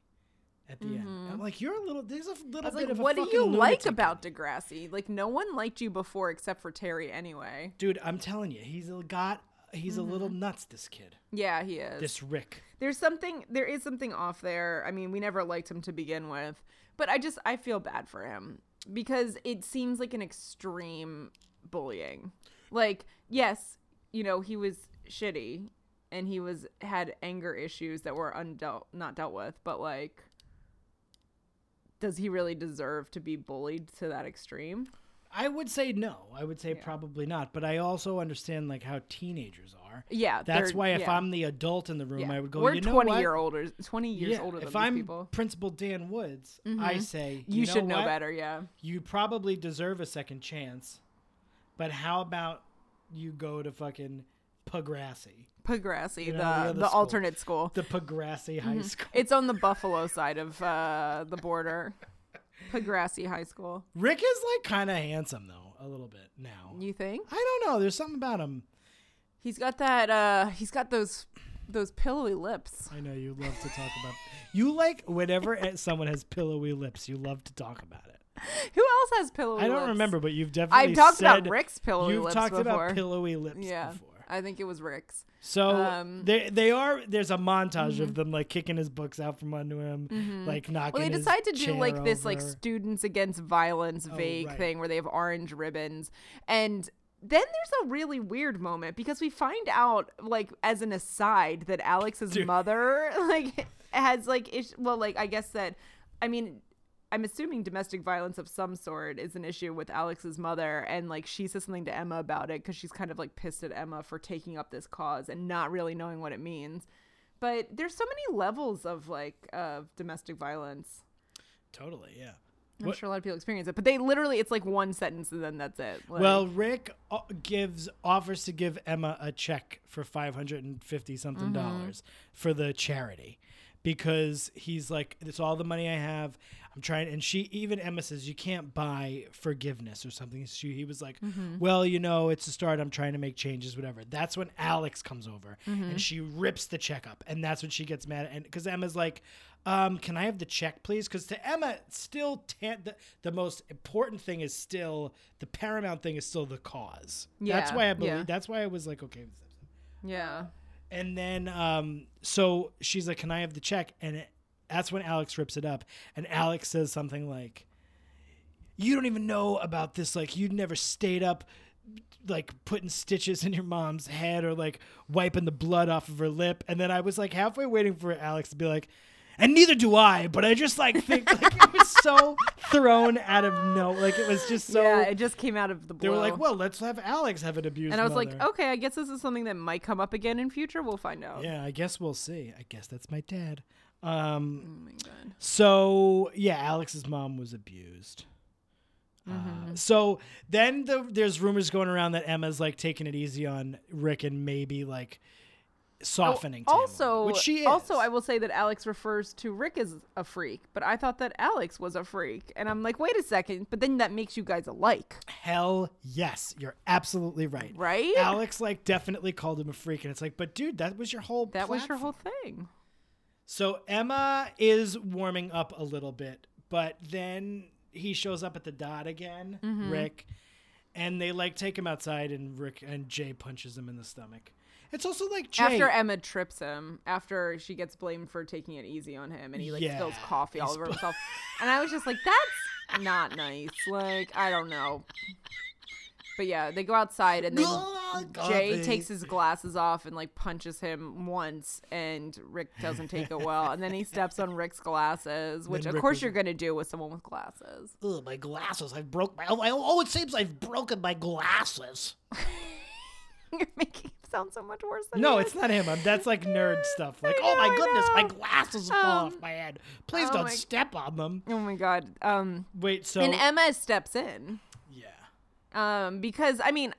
A: At the end, I'm like, you're a little. There's a
C: Mm-hmm. I
A: little bit
C: was like,
A: of a
C: what do
A: fucking
C: you like
A: lunatic in
C: about
A: you."
C: Degrassi? Like, no one liked you before except for Terry, anyway.
A: dude? I'm telling you, he's a got. He's a
C: Mm-hmm.
A: little nuts. This kid,
C: Yeah, he is.
A: this Rick.
C: There's something, there is something off there. I mean, we never liked him to begin with, but I just, I feel bad for him because it seems like an extreme bullying. Like, yes, you know, he was shitty and he was, had anger issues that were undealt, not dealt with, but like, does he really deserve to be bullied to that extreme?
A: I would say no. I would say probably not. But I also understand like how teenagers are.
C: Yeah.
A: That's
C: they're-
A: why if
C: yeah,
A: I'm the adult in the room,
C: yeah.
A: I would go.
C: we're
A: you know
C: 20
A: what?
C: year older, 20 years older than
A: if
C: these
A: I'm
C: people. Mm-hmm.
A: Principal Dan Woods, I say
C: You, should know
A: what?
C: better. Yeah.
A: You probably deserve a second chance, but how about you go to fucking Pagrassi,
C: Pagrassi,
A: know, the
C: the the,
A: other school.
C: alternate school.
A: the Pagrassi
C: Mm-hmm.
A: High School?
C: It's on the Buffalo side of uh, the border. Pagrassi High School.
A: Rick is like kind of handsome though, a little bit now.
C: You think
A: I don't know. There's something about him.
C: he's got that? Uh, he's got those those pillowy lips.
A: I know you love to talk about. You like whenever someone has pillowy lips, you love to talk about it.
C: Who else has pillowy?
A: I
C: lips?
A: don't remember, but you've definitely
C: talked about
A: said-
C: Rick's pillowy
A: You've
C: lips
A: talked about
C: before.
A: pillowy lips
C: Yeah,
A: before.
C: I think it was Rick's.
A: So
C: Um, Mhm.
A: they they are. There's a montage of them like kicking his books out from under him, like knocking.
C: Mm-hmm. Well, they
A: his
C: decide to do
A: chair
C: like this, like
A: over.
C: students against violence, vague
A: right.
C: thing where they have orange ribbons, and then there's a really weird moment because we find out, like, as an aside, that Alex's mother, like, has like, ish- well, like, I guess that, I mean. I'm assuming domestic violence of some sort is an issue with Alex's mother, and like she says something to Emma about it because she's kind of like pissed at Emma for taking up this cause and not really knowing what it means. But there's so many levels of like of domestic violence.
A: totally, yeah.
C: I'm
A: What-
C: sure a lot of people experience it, but they literally it's like one sentence and then that's it. Like,
A: Well, Rick o- gives offers to give Emma a check for five hundred and fifty something dollars for the charity because he's like, "It's all the money I have. I'm trying." And she even Emma says, "You can't buy forgiveness or something." She he was like, "Well, you know, it's a start. I'm trying to make changes, whatever." That's when Alex comes over and she rips the check up, and that's when she gets mad. And because Emma's like. Um, can I have the check, please? Because to Emma, still ta- the, the most important thing is still the paramount thing is still the cause. that's
C: Yeah,
A: why I believe.
C: yeah.
A: That's why I was like, okay. with this.
C: yeah.
A: And then, um, so she's like, "Can I have the check?" And it, that's when Alex rips it up, and Alex says something like, "You don't even know about this. Like, you never stayed up." like putting stitches in your mom's head or like wiping the blood off of her lip. And then I was like halfway waiting for Alex to be like, and neither do I, but I just like think like it was so thrown out of no, like it was just so.
C: yeah, it just came out of the blue.
A: they were like, well, let's have Alex have an abused.
C: and I was like,
A: mother."
C: okay, I guess this is something that might come up again in future. We'll find out.
A: yeah, I guess we'll see. I guess that's my dad. Um,
C: Oh my god.
A: So yeah, Alex's mom was abused.
C: Mm-hmm.
A: Uh, so then the, there's rumors going around that Emma's like taking it easy on Rick and maybe like softening. to him a little
C: Oh, Also,
A: bit, which she is.
C: also, I will say that Alex refers to Rick as a freak, but I thought that Alex was a freak, and I'm like, wait a second, but then that makes you guys alike,
A: hell yes, you're absolutely right.
C: right?
A: Alex like definitely called him a freak, and it's like, but dude, that was your whole.
C: that was your
A: platform.
C: whole thing.
A: So Emma is warming up a little bit, but then he shows up at the dot again,
C: Mm-hmm.
A: Rick, and they like take him outside, and Rick and Jay punches him in the stomach. It's also like Jay.
C: After Emma trips him, after she gets blamed for taking it easy on him, and he like spills
A: Yeah,
C: coffee
A: he
C: all over himself, and I was just like, "That's not nice." Like I don't know, but yeah, they go outside, and then
A: Oh,
C: Jay takes his glasses off and like punches him once, and Rick doesn't take it well, and then he steps on Rick's glasses, which of
A: Rick
C: course
A: was-
C: you're gonna do with someone with glasses.
D: Ugh, my glasses. I broke my. Oh, I- oh, it seems I've broken my glasses.
C: you're making him sound so much worse than
A: No,
C: he
A: it's
C: is.
A: not him. I'm- That's like nerd stuff. Like,
D: Oh, my
C: I
D: goodness, my
C: know.
D: glasses fell off
C: Um,
D: my head. Please
C: oh
D: don't
C: my-
D: step on them.
C: Oh my god. Um,
A: wait. So
C: and Emma steps in.
A: yeah,
C: um, because I mean,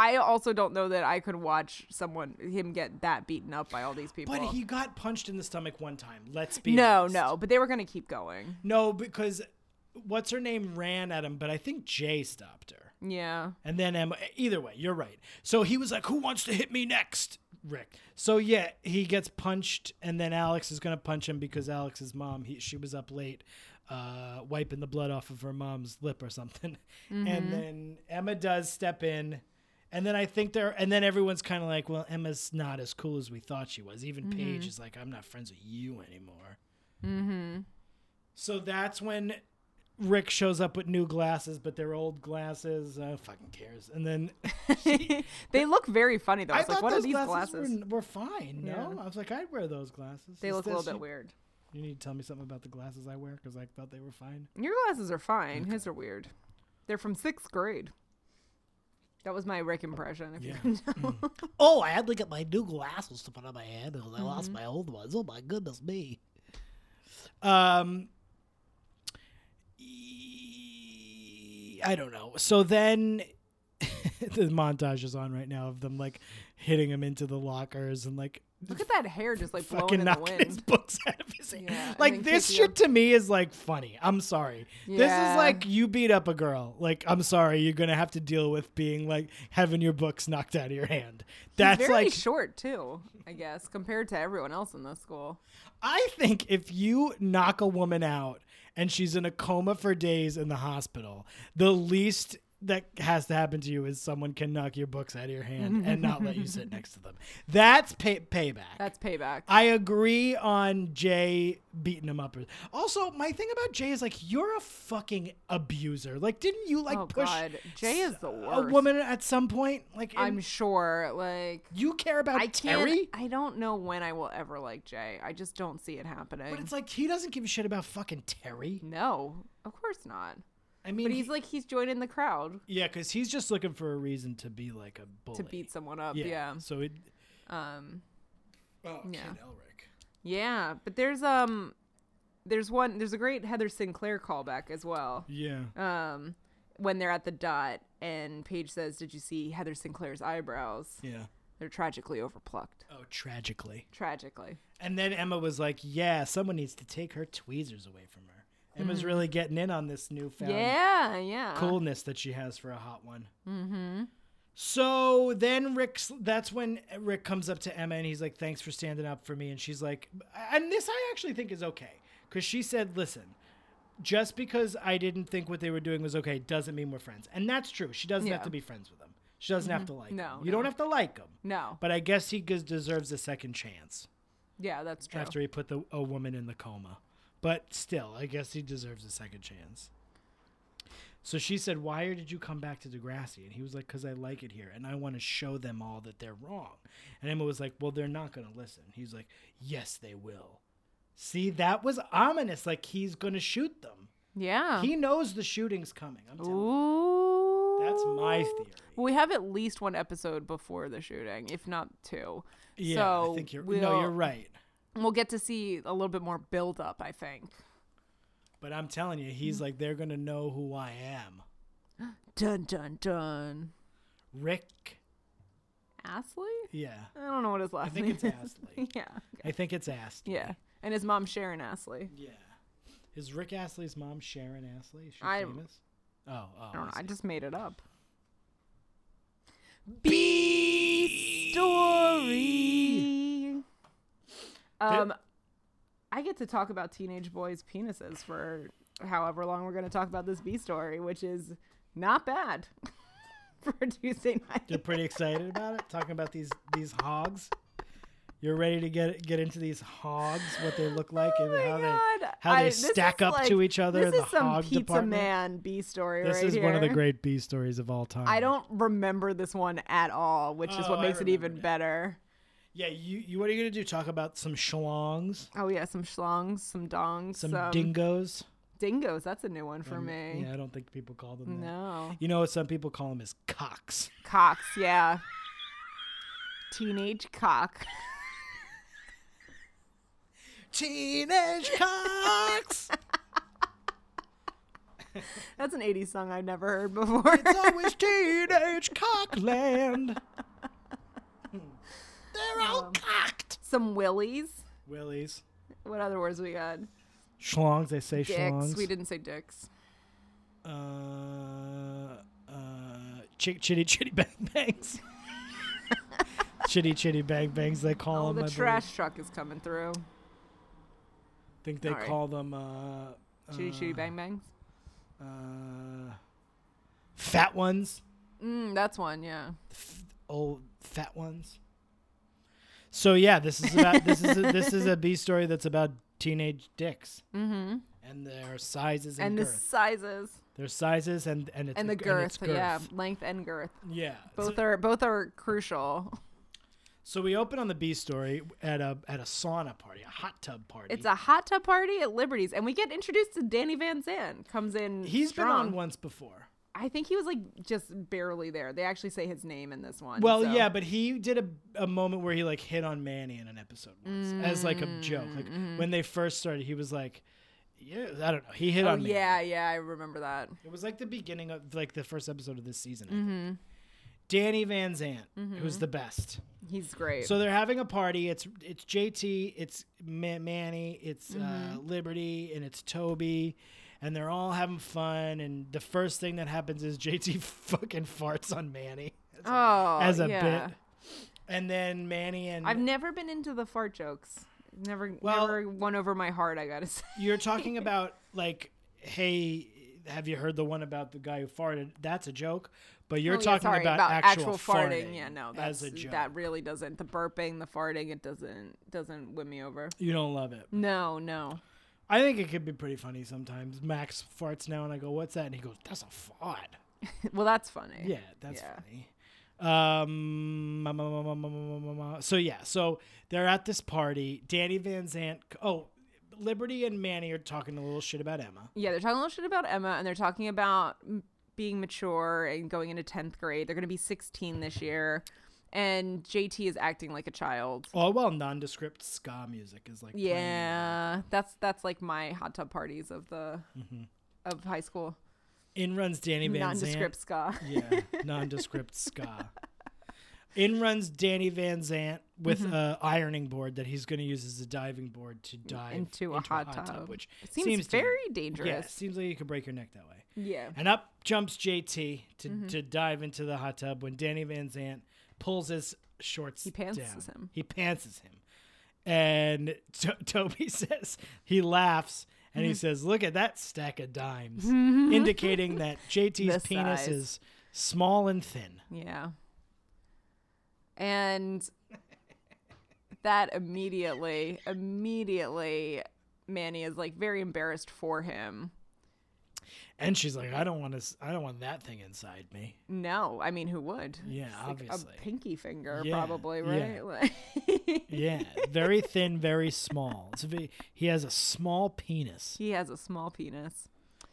C: I also don't know that I could watch someone him get that beaten up by all these people.
A: but he got punched in the stomach one time. Let's be
C: no,
A: honest.
C: no, but they were gonna keep going.
A: no, because what's her name ran at him, but I think Jay stopped her.
C: Yeah,
A: And then Emma, either way, you're right. So he was like, Who wants to hit me next? Rick. So yeah, he gets punched, and then Alex is going to punch him because Alex's mom, he, she was up late uh, wiping the blood off of her mom's lip or something. And then Emma does step in. And then I think there, and then everyone's kind of like, well, Emma's not as cool as we thought she was. Even Paige is like, I'm not friends with you anymore. Mm-hmm. So that's when Rick shows up with new glasses, but they're old glasses. Uh, fucking cares. And then
C: they look very funny though. I,
A: I
C: was
A: thought
C: like, what are
A: those
C: these
A: glasses,
C: glasses?
A: Were, were fine. No,
C: Yeah.
A: I was like, I'd wear those glasses.
C: They
A: Is
C: look a little
A: this-
C: bit
A: you-
C: weird.
A: You need to tell me something about the glasses I wear because I thought they were fine.
C: Your glasses are fine. His are weird. They're from sixth grade. That was my Rick impression. If you didn't know.
A: Mm.
D: Oh, I had to get my new glasses to put on my head because
C: Mm-hmm.
D: I lost my old ones. Oh my goodness me.
A: Um, e- I don't know. So then the montage is on right now of them like hitting him into the lockers and like
C: Look at that hair just like blowing
A: fucking
C: in the
A: knocking his
C: wind.
A: books out of his hand.
C: Yeah, and
A: like
C: then
A: this
C: kicking
A: shit to me is like funny. I'm sorry. This
C: Yeah.
A: is like you beat up a girl. Like I'm sorry, you're gonna have to deal with being like having your books knocked out of your hand. That's
C: very
A: like
C: short too, I guess, compared to everyone else in the school.
A: I think if you knock a woman out and she's in a coma for days in the hospital, the least has to happen to you is someone can knock your books out of your hand and not let you sit next to them. That's pay- payback.
C: That's payback.
A: I agree on Jay beating him up. Also, my thing about Jay is like you're a fucking abuser. Like, didn't you like
C: Oh,
A: push
C: God. Jay is the
A: a
C: worst.
A: woman at some point? Like, and
C: I'm sure. Like
A: you care about
C: I can't.
A: Terry,
C: I don't know when I will ever like Jay. I just don't see it happening.
A: but it's like he doesn't give a shit about fucking Terry.
C: no, of course not.
A: I mean,
C: But he's
A: he-
C: like he's joining the crowd
A: yeah, because he's just looking for a reason to be like a bully.
C: to beat someone up.
A: yeah.
C: Yeah.
A: So it.
C: Um.
A: Oh,
C: Yeah.
A: Kid Elric.
C: Yeah. But there's um, there's one. There's a great Heather Sinclair callback as well.
A: Yeah.
C: Um, when they're at the dot and Paige says, "Did you see Heather Sinclair's eyebrows?
A: yeah.
C: They're tragically overplucked.
A: Oh, tragically.
C: Tragically.
A: And then Emma was like, "Yeah, someone needs to take her tweezers away from her." Emma's really getting in on this newfound
C: Mm-hmm. Yeah. Yeah.
A: coolness that she has for a hot one. Mm-hmm. So then Rick's. That's when Rick comes up to Emma and he's like, "Thanks for standing up for me." And she's like, "And this I actually think is okay because she said, listen." Just because I didn't think what they were doing was okay doesn't mean we're friends. And that's true. She doesn't have
C: Yeah. Mm-hmm.
A: to be friends with him. She doesn't have to like
C: No,
A: him. You
C: no.
A: don't have to like him.
C: No.
A: But I guess he g- deserves a second chance
C: Yeah. That's true.
A: after he put the a woman in the coma. But still, I guess he deserves a second chance. So she said, "Why did you come back to Degrassi?" And he was like, "Cause I like it here, and I want to show them all that they're wrong." And Emma was like, "Well, they're not gonna listen." He's like, "Yes, they will." See, that was ominous. Like he's gonna shoot them.
C: yeah.
A: He knows the shooting's coming. I'm telling you.
C: Ooh.
A: That's my theory.
C: Well, we have at least one episode before the shooting, if not two.
A: Yeah,
C: so
A: I think you're.
C: We'll,
A: No, you're right.
C: We'll get to see a little bit more build up, I think.
A: But I'm telling you,
C: Mm-hmm.
A: he's like, they're gonna know who I am,
C: Dun dun dun.
A: Rick.
C: Astley?
A: Yeah.
C: I don't know what his
A: I
C: last
A: think
C: name
A: it's Astley.
C: is. yeah.
A: I think it's Astley.
C: Yeah. And his mom Sharon Astley.
A: Yeah. Is Rick Astley's mom Sharon Astley? Is she
C: I-
A: famous? Oh, oh.
C: I don't know. I
A: see.
C: just made it up. B story. Um, I get to talk about teenage boys' penises for however long we're going to talk about this B story, which is not bad for a Tuesday night.
A: You're pretty excited about it. Talking about these these hogs. You're ready to get get into these hogs, what they look like,
C: Oh
A: and
C: my
A: how they
C: God.
A: how
C: I-
A: they
C: this is
A: stack up to
C: like-
A: each other in
C: This is
A: the
C: some
A: hog
C: pizza
A: department.
C: man B story
A: This
C: right
A: is one of the
C: here.
A: great B stories of all time.
C: I don't remember this one at all, which is
A: Oh,
C: what
A: I
C: makes it even
A: remembered it.
C: better.
A: Yeah, you, you. What are you gonna do? Talk about some schlongs,
C: Oh yeah, some schlongs, some dongs,
A: some dingoes?
C: Dingoes, that's a new one for me.
A: Yeah, I don't think people call them that.
C: No.
A: You know what some people call them is cocks.
C: Cocks, yeah. Teenage cock.
A: Teenage cocks.
C: That's an 80s song I've never heard before.
A: It's always teenage cockland. They're all cocked.
C: some willies.
A: Um, Willies.
C: What other words we got?
A: Schlongs, they say
C: Dicks.
A: schlongs.
C: We didn't say dicks.
A: Uh, uh, chick, chitty, chitty, bang, bangs. chitty, chitty, bang, bangs, they call
C: Oh,
A: them.
C: the
A: I
C: trash truck is coming through.
A: believe. think they
C: Sorry.
A: call them, uh,
C: Shitty, shitty, bang, bangs.
A: uh, fat ones.
C: Mm, that's one, yeah.
A: old fat ones. So yeah, this is about this is a, this is a B story that's about teenage dicks
C: Mm-hmm.
A: and their sizes and,
C: And the
A: girth.
C: sizes
A: their sizes and and it's
C: and the
A: it's
C: girth, yeah,
A: girth.
C: length and girth.
A: yeah.
C: Both
A: so,
C: are both are crucial.
A: so we open on the B story at a at a sauna party, a hot tub party.
C: It's a hot tub party at Liberty's, and we get introduced to Danny Van Zandt. Comes in.
A: He's
C: strong.
A: been on once before.
C: I think he was like just barely there. They actually say his name in this one.
A: Well,
C: so-
A: yeah, but he did a, a moment where he like hit on Manny in an episode once as like a joke. Like
C: Mm-hmm.
A: when they first started, he was like, "Yeah, I don't know." He hit
C: Oh
A: on Manny.
C: yeah, yeah, I remember that.
A: It was like the beginning of like the first episode of this season. I think.
C: Mm-hmm.
A: Danny Van Zant, who's the best.
C: He's great.
A: So they're having a party. It's it's JT, it's Ma- Manny, it's
C: Mm-hmm.
A: uh, Liberty, and it's Toby, and they're all having fun. And the first thing that happens is JT fucking farts on Manny
C: oh,
A: as a
C: yeah.
A: bit, and then Manny and
C: I've never been into the fart jokes. Never,
A: Well-
C: never won over my heart. I gotta say.
A: you're talking about like, hey, have you heard the one about the guy who farted? That's a joke. But you're
C: Oh, yeah,
A: talking
C: sorry,
A: about, actual, farting,
C: Yeah, no,
A: as
C: that's
A: a joke.
C: that really doesn't. The burping, the farting, it doesn't doesn't win me over.
A: you don't love it.
C: No, no.
A: I think it could be pretty funny sometimes. Max farts now, and I go, "What's that?" And he goes, "That's a fart."
C: Well, that's funny.
A: Yeah, that's
C: Yeah.
A: funny. Um, ma- ma- ma- ma- ma- ma- ma- ma- ma. so yeah, so they're at this party. Danny Van Zant. Oh, Liberty and Manny are talking a little shit about Emma.
C: Yeah, they're talking a little shit about Emma, and they're talking about m- being mature and going into tenth grade. They're going to be sixteen this year, and JT is acting like a child.
A: All while nondescript ska music is like playing.
C: Yeah, that's that's like my hot tub parties of the of high school.
A: In runs Danny Mm-hmm. Van Zant.
C: Nondescript ska.
A: Yeah, nondescript ska. In runs Danny Van Zant with
C: Mm-hmm.
A: a ironing board that he's going to use as a diving board to dive
C: into a hot tub.
A: which
C: It seems,
A: to-
C: very
A: yeah,
C: dangerous.
A: seems like you could break your neck that way.
C: Yeah.
A: And up jumps JT to,
C: Mm-hmm.
A: to dive into the hot tub when Danny Van Zant pulls his shorts. He
C: pantses
A: down.
C: him.
A: He pantses him. And To Toby says, he laughs and
C: Mm-hmm.
A: he says, Look at that stack of dimes, indicating that JT's
C: The
A: penis
C: size.
A: is small and thin.
C: Yeah. And that immediately, immediately, Manny is like very embarrassed for him.
A: And she's like, I don't want to, I don't want that thing inside me.
C: No, I mean, who would?
A: Yeah,
C: It's like
A: obviously.
C: a pinky finger,
A: Yeah,
C: probably, right?
A: yeah.
C: Like-
A: Yeah, very thin, very small. It's a ve- he has a small penis.
C: he has a small penis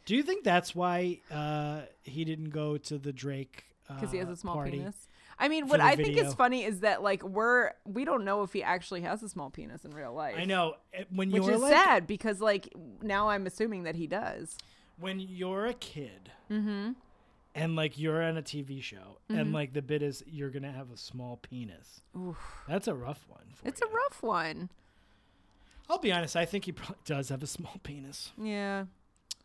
A: Do you think that's why uh, he didn't go to the Drake?
C: because he has
A: uh,
C: a small
A: party?
C: penis. I mean, what
A: the
C: I think
A: video.
C: is funny is that like we're we don't know if he actually has a small penis in real life.
A: I know eh, when
C: which
A: you're
C: is
A: like
C: sad because like now I'm assuming that he does.
A: when you're a kid,
C: Mm-hmm.
A: and like you're on a TV show, and like the bit is you're gonna have a small penis. That's a rough one. For
C: It's
A: you.
C: a rough one.
A: I'll be honest. I think he probably does have a small penis.
C: Yeah.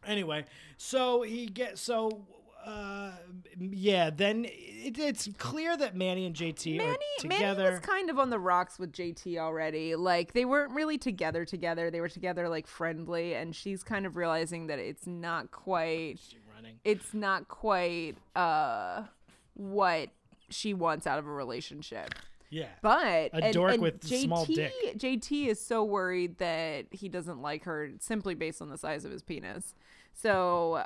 A: Anyway, so he gets so. Uh, yeah. Then it, it's clear that Manny and JT
C: Manny,
A: are together.
C: Manny was kind of on the rocks with JT already. Like they weren't really together together. They were together like friendly, and she's kind of realizing that it's not quite.
A: running.
C: It's not quite uh, what she wants out of a relationship.
A: Yeah.
C: But
A: A dork with a small dick.
C: JT is so worried that he doesn't like her simply based on the size of his penis. So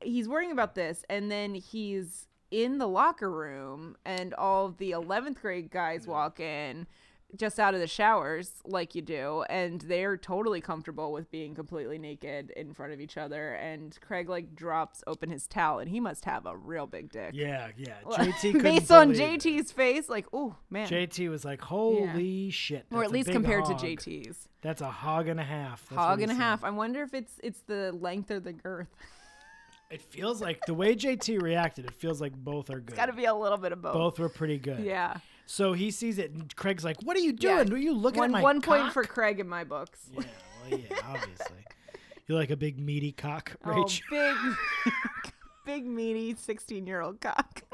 C: he's worrying about this, and then he's in the locker room, and all of the eleventh grade guys walk in. Just out of the showers, like you do, and they're totally comfortable with being completely naked in front of each other. And Craig like drops open his towel, and he must have a real big dick.
A: yeah. Yeah. JT couldn't
C: Based on
A: believe it.
C: JT's face, like, oh man,
A: JT was like, "Holy shit!"
C: or
A: that's
C: at
A: a
C: least
A: big
C: compared
A: hog.
C: to JT's
A: That's a hog and a half. That's what
C: hog
A: he
C: and a
A: said.
C: half. I wonder if it's it's the length or the girth.
A: It feels like the way JT reacted. It feels like both are good.
C: Got to be a little bit of both.
A: both were pretty good.
C: Yeah.
A: So he sees it, and Craig's like, "What are you
C: Yeah.
A: doing? Are you looking at
C: one,
A: my
C: one point
A: cock?"
C: for Craig in my books.
A: Yeah, well, yeah, obviously. You're like a big meaty cock,
C: Oh,
A: Rach.
C: big, big meaty sixteen-year-old cock.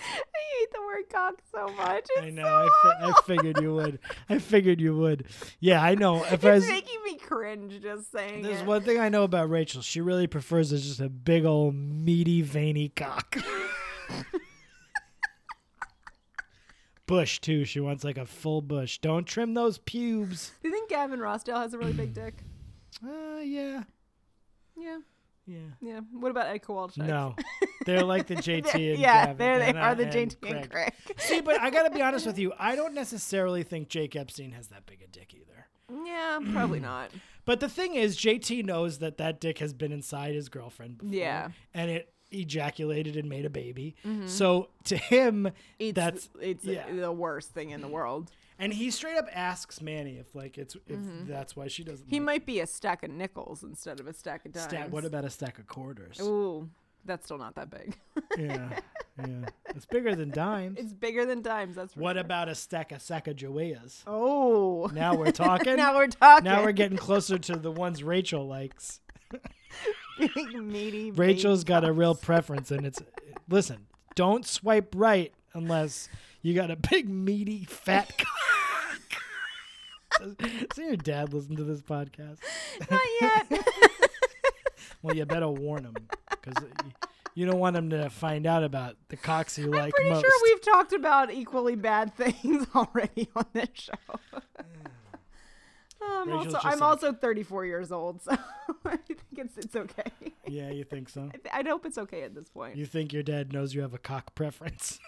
C: I hate the word cock so much. It's
A: I know.
C: So,
A: I, fi- I figured you would. I figured you would. Yeah, I know. If I
C: it's
A: was,
C: making me cringe just saying
A: there's
C: it.
A: one thing I know about Rachel. She really prefers is just a big old meaty, veiny cock. bush too. She wants like a full bush. Don't trim those pubes.
C: Do you think Gavin Rossdale has a really big dick?
A: Uh, yeah,
C: Yeah,
A: yeah.
C: yeah. What about Ed Kowalczyk?
A: No, they're like the JT
C: They're-
A: and
C: yeah,
A: Gavin
C: there they
A: and, uh,
C: are, the
A: and
C: JT and
A: Craig.
C: Craig.
A: See, but I gotta be honest with you. I don't necessarily think Jake Epstein has that big a dick either.
C: Yeah, probably not.
A: But the thing is, JT knows that that dick has been inside his girlfriend before.
C: Yeah. Mm-hmm.
A: And it ejaculated and made a baby. So to him,
C: It's
A: that's
C: it's
A: yeah.
C: the worst thing in the world.
A: and he straight up asks Manny if like it's if that's why she doesn't.
C: Mm-hmm. He
A: like
C: might be a stack of nickels instead of a stack of dimes.
A: stack. What about a stack of quarters?
C: Ooh, that's still not that big.
A: yeah, yeah. It's bigger than dimes.
C: it's bigger than dimes. That's for
A: what
C: sure.
A: about a stack of Sacagaweas?
C: Oh,
A: Now we're talking.
C: now we're talking.
A: now we're getting closer to the ones Rachel likes.
C: big meaty.
A: Rachel's
C: baby
A: got a real preference, and it's listen. Don't swipe right unless you got a big meaty fat. cock. Does your dad listen to this podcast?
C: cock. Not yet.
A: Well, you better warn him because you don't want him to find out about the cocks you like
C: Pretty
A: most.
C: sure we've talked about equally bad things already on this show. I'm
A: Rachel's
C: also
A: just
C: I'm
A: like-
C: also 34 years old, so I think it's it's okay.
A: yeah, you think so?
C: I'd hope it's okay at this point.
A: You think your dad knows you have a cock preference?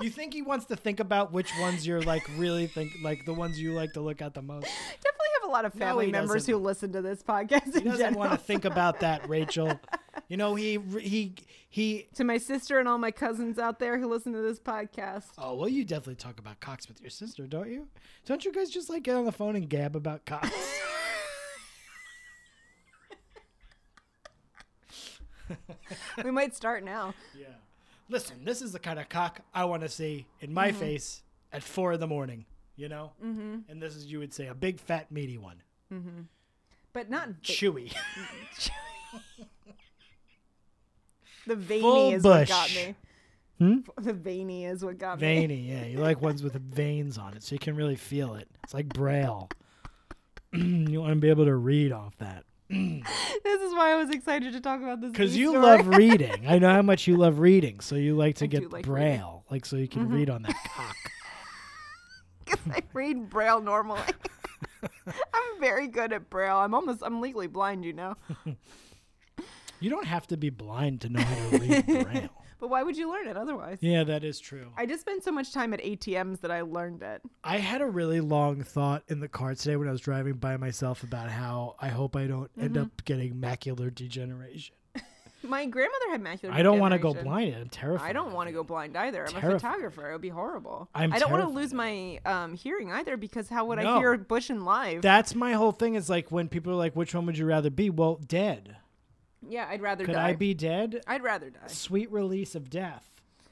A: you think he wants to think about which ones you're like really think like the ones you like to look at the most?
C: Definitely have a lot of family
A: he
C: members who
A: doesn't.
C: listen to this podcast.
A: He doesn't want to think about that, Rachel. You know he he he.
C: to my sister and all my cousins out there who listen to this podcast.
A: Oh well, you definitely talk about cocks with your sister, don't you? Don't you guys just like get on the phone and gab about cocks?
C: we might start now.
A: yeah. Listen, this is the kind of cock I want to see in my face at four in the morning. You know, mm-hmm. and this is you would say a big fat meaty one,
C: But not va-
A: chewy.
C: the veiny
A: Full
C: is
A: bush.
C: what got me.
A: Hmm?
C: The veiny is what got me.
A: Veiny, yeah. You like ones with veins on it, so you can really feel it. It's like braille. you want to be able to read off that
C: This is why I was excited to talk about this.
A: because
C: bee
A: you
C: story.
A: love reading. I know how much you love reading, so you like to
C: I do
A: get
C: like reading. Mm-hmm.
A: braille, like so you can read on that cock.
C: 'Cause I read braille normally. I'm very good at braille. I'm almost I'm legally blind, you know.
A: You don't have to be blind to know how to read braille.
C: But why would you learn it otherwise?
A: Yeah, that is true.
C: I just spend so much time at ATMs that I learned it.
A: I had a really long thought in the car today when I was driving by myself about how I hope I don't end
C: Mm-hmm.
A: up getting macular degeneration.
C: My grandmother had macular.
A: I don't want to go
C: degeneration.
A: blind. I'm terrified.
C: I don't
A: of
C: want to
A: it.
C: go blind either. I'm a
A: Terrified.
C: photographer. It would be horrible.
A: I'm
C: I don't want to
A: terrified
C: lose my um, hearing either because how would I
A: No.
C: hear Bush and live?
A: That's my whole thing. Is like when people are like, "Which one would you rather be?" Well, dead.
C: yeah, I'd rather
A: Could
C: die.
A: I be dead?
C: I'd rather die.
A: Sweet release of death.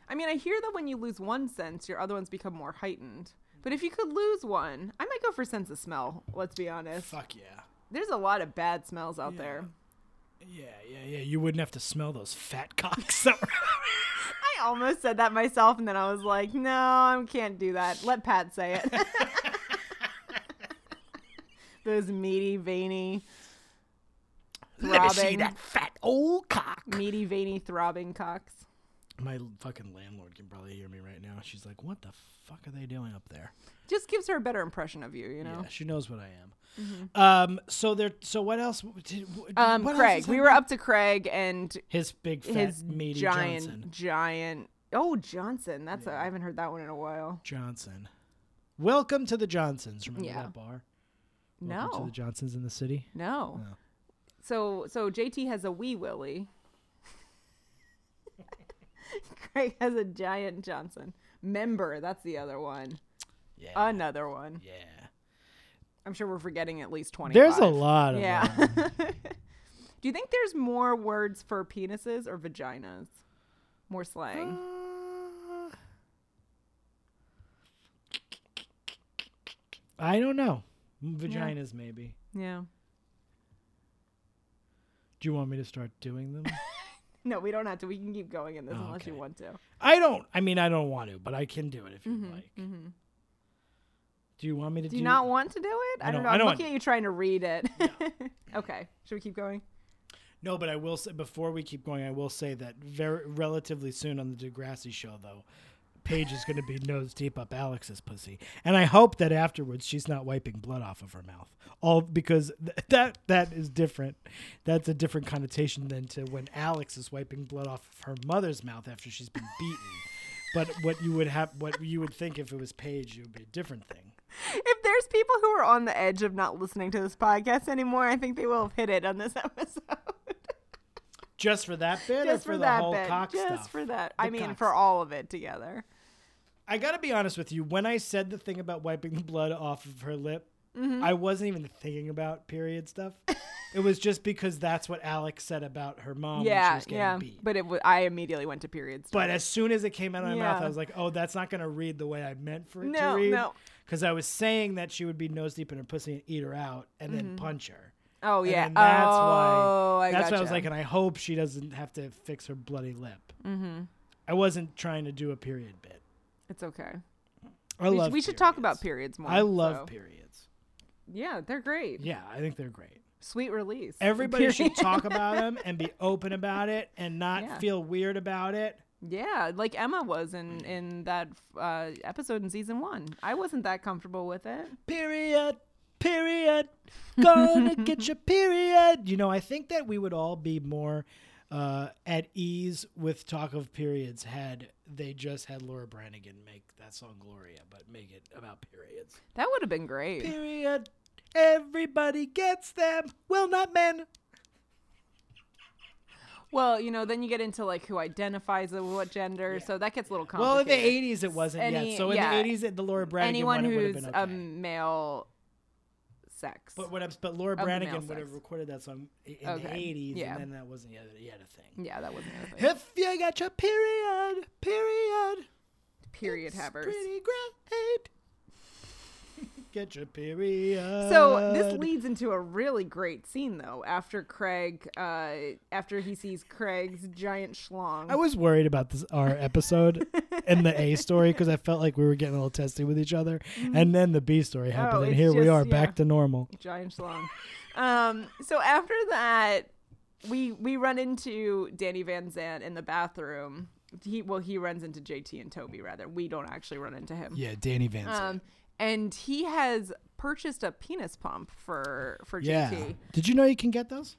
C: I mean, I hear that when you lose one sense, your other ones become more heightened. But if you could lose one, I might go for sense of smell. Let's be honest.
A: Fuck yeah.
C: There's a lot of bad smells out there.
A: Yeah, yeah, yeah. You wouldn't have to smell those fat cocks. that were-
C: I almost said that myself, and then I was like, no, I can't do that. Let Pat say it. Those meaty, veiny,
D: Let me see
C: throbbing,
D: that fat old cock.
C: meaty, veiny, throbbing cocks.
A: my fucking landlord can probably hear me right now. She's like, "What the fuck are they doing up there?"
C: Just gives her a better impression of you, you know.
A: Yeah, she knows what I am. Um. So there. So what else? Did, what
C: Mm-hmm. Um,
A: else
C: Craig,
A: is
C: we
A: happening?
C: were up to Craig and
A: His big fat
C: his
A: meaty
C: giant,
A: Johnson.
C: giant. Oh, Johnson. That's I I haven't heard that one in a while.
A: Johnson. Welcome to the Johnsons. Remember
C: Yeah.
A: that bar? Welcome to
C: No,
A: the Johnsons in the city.
C: no. So so JT has a wee willy. Craig has a giant Johnson. Member, that's the other one. Uh,
A: Yeah.
C: Another one.
A: yeah.
C: I'm sure we're forgetting at least twenty.
A: There's a lot of
C: Yeah.
A: them.
C: Do you think there's more words for penises or vaginas? More
A: Uh,
C: slang.
A: I don't know. Vaginas, maybe.
C: Yeah.
A: Do you want me to start doing them?
C: No, we don't have to. We can keep going in this
A: Oh,
C: unless you
A: okay.
C: want to.
A: I don't. I mean, I don't want to, but I can do it if you like. Do you want me to
C: Mm-hmm, Do
A: do?
C: you not want to do it? I,
A: I
C: don't
A: don't-
C: know.
A: I
C: I'm
A: don't
C: looking
A: want-
C: at you trying to read it. okay. Should we keep going?
A: No, but I will say before we keep going, I will say that very relatively soon on the Degrassi show, though, Paige is going to be nose deep up Alex's pussy, and I hope that afterwards she's not wiping blood off of her mouth. All because th- that that is different. That's a different connotation than to when Alex is wiping blood off of her mother's mouth after she's been beaten. but what you would have, what you would think if it was Paige, it would be a different thing.
C: If there's people who are on the edge of not listening to this podcast anymore, I think they will have hit it on this episode.
A: Just for that bit,
C: Just
A: or for,
C: for
A: the
C: that
A: whole
C: bit.
A: cock
C: Just
A: stuff.
C: for that. I
A: The
C: mean,
A: cock
C: for all of it together.
A: I gotta be honest with you. When I said the thing about wiping the blood off of her lip,
C: Mm-hmm.
A: I wasn't even thinking about period stuff. it was just because that's what Alex said about her mom when she
C: yeah,
A: was getting
C: yeah.
A: beat. But,
C: But it w- I immediately went to periods.
A: as soon as it came out of my mouth,
C: Yeah.
A: I was like, "Oh, that's not gonna read the way I meant for it
C: No,
A: to read."
C: no.
A: Because I was saying that she would be nose deep in her pussy and eat her out, and then punch her.
C: oh
A: And
C: yeah.
A: then that's
C: oh,
A: why.
C: I
A: that's
C: gotcha.
A: why I was like, and I hope she doesn't have to fix her bloody lip. Mm-hmm. I wasn't trying to do a period bit.
C: it's okay.
A: I
C: We,
A: love.
C: should, we should talk
A: periods.
C: about periods more.
A: I love
C: so-
A: periods.
C: Yeah, they're great.
A: Yeah, I think they're great.
C: Sweet release.
A: Everybody should
C: Period.
A: talk about them and be open about it and not
C: Yeah.
A: feel weird about it.
C: Yeah, like Emma was in
A: Mm.
C: in that uh, episode in season one. I wasn't that comfortable with it.
A: Period. Period. Gonna get your period. You know, I think that we would all be more uh, at ease with talk of periods had they just had Laura Branigan make that song Gloria, but make it about periods.
C: That would have been great.
A: Period. Everybody gets them. Well, not men.
C: Well, you know, then you get into like who identifies with what gender, so that gets a little
A: Well, in
C: complicated.
A: the '80s it wasn't
C: Any-
A: yet. So in
C: yeah.
A: the '80s, it, the Laura Branigan one,
C: anyone
A: it would have
C: who's
A: been okay.
C: a male sex.
A: But what I'm, but Laura
C: Of the male
A: Branigan would have
C: sex.
A: recorded that song i- in the
C: Okay,
A: '80s,
C: yeah.
A: and then that wasn't yet, yet a thing.
C: yeah, that wasn't the other thing.
A: If you got your period, period,
C: Period havers.
A: pretty great. Get your period.
C: So this leads into a really great scene though. After Craig, uh, after he sees Craig's giant schlong.
A: I was worried about this our episode and the A story because I felt like we were getting a little testy with each other, and then the B story happened, and
C: Mm-hmm. Oh, it's
A: here we
C: just-
A: are
C: yeah.
A: back to normal.
C: giant schlong. Um, so after that, we we run into Danny Van Zant in the bathroom. He well, he runs into JT and Toby rather. We don't actually run into him.
A: Yeah, Danny Van.
C: Um, and he has purchased a penis pump for for
A: yeah.
C: JT.
A: Did you know you can get those?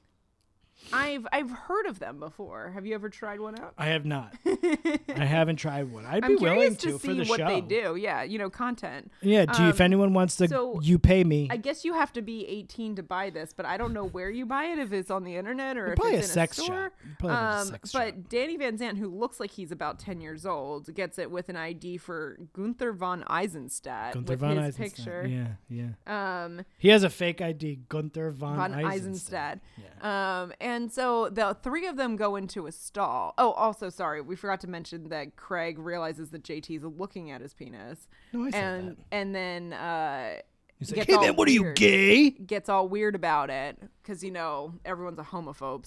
C: I've I've heard of them before. Have you ever tried one out?
A: I have not. I haven't tried one. I'd
C: I'm
A: be willing
C: curious
A: to,
C: to
A: for
C: see
A: the
C: what
A: show.
C: they do. Yeah, you know, content.
A: Yeah, do you, if anyone wants to,
C: so-
A: you pay me.
C: I guess you have to be 18 to buy this, but I don't know where you buy it. If it's on the internet or if
A: probably
C: it's
A: a
C: in
A: sex
C: a
A: shop.
C: store. Um,
A: Probably a sex
C: but
A: shop.
C: Danny Van Zandt, who looks like he's about 10 years old, gets it with an ID for Gunther von Eisenstadt
A: Gunther
C: with
A: von
C: his
A: Eisenstadt.
C: picture.
A: Yeah, yeah.
C: Um,
A: He has a fake ID, Gunther von,
C: von
A: Eisenstadt.
C: Eisenstadt. Um, and so the three of them go into a stall. Oh, also, sorry, we forgot to mention that Craig realizes that JT's looking at his penis.
A: No, I said
C: and and then uh,
A: He's
C: gets
A: like, hey
C: all
A: man, what are you
C: weird."
A: gay?
C: gets all weird about it because you know everyone's a homophobe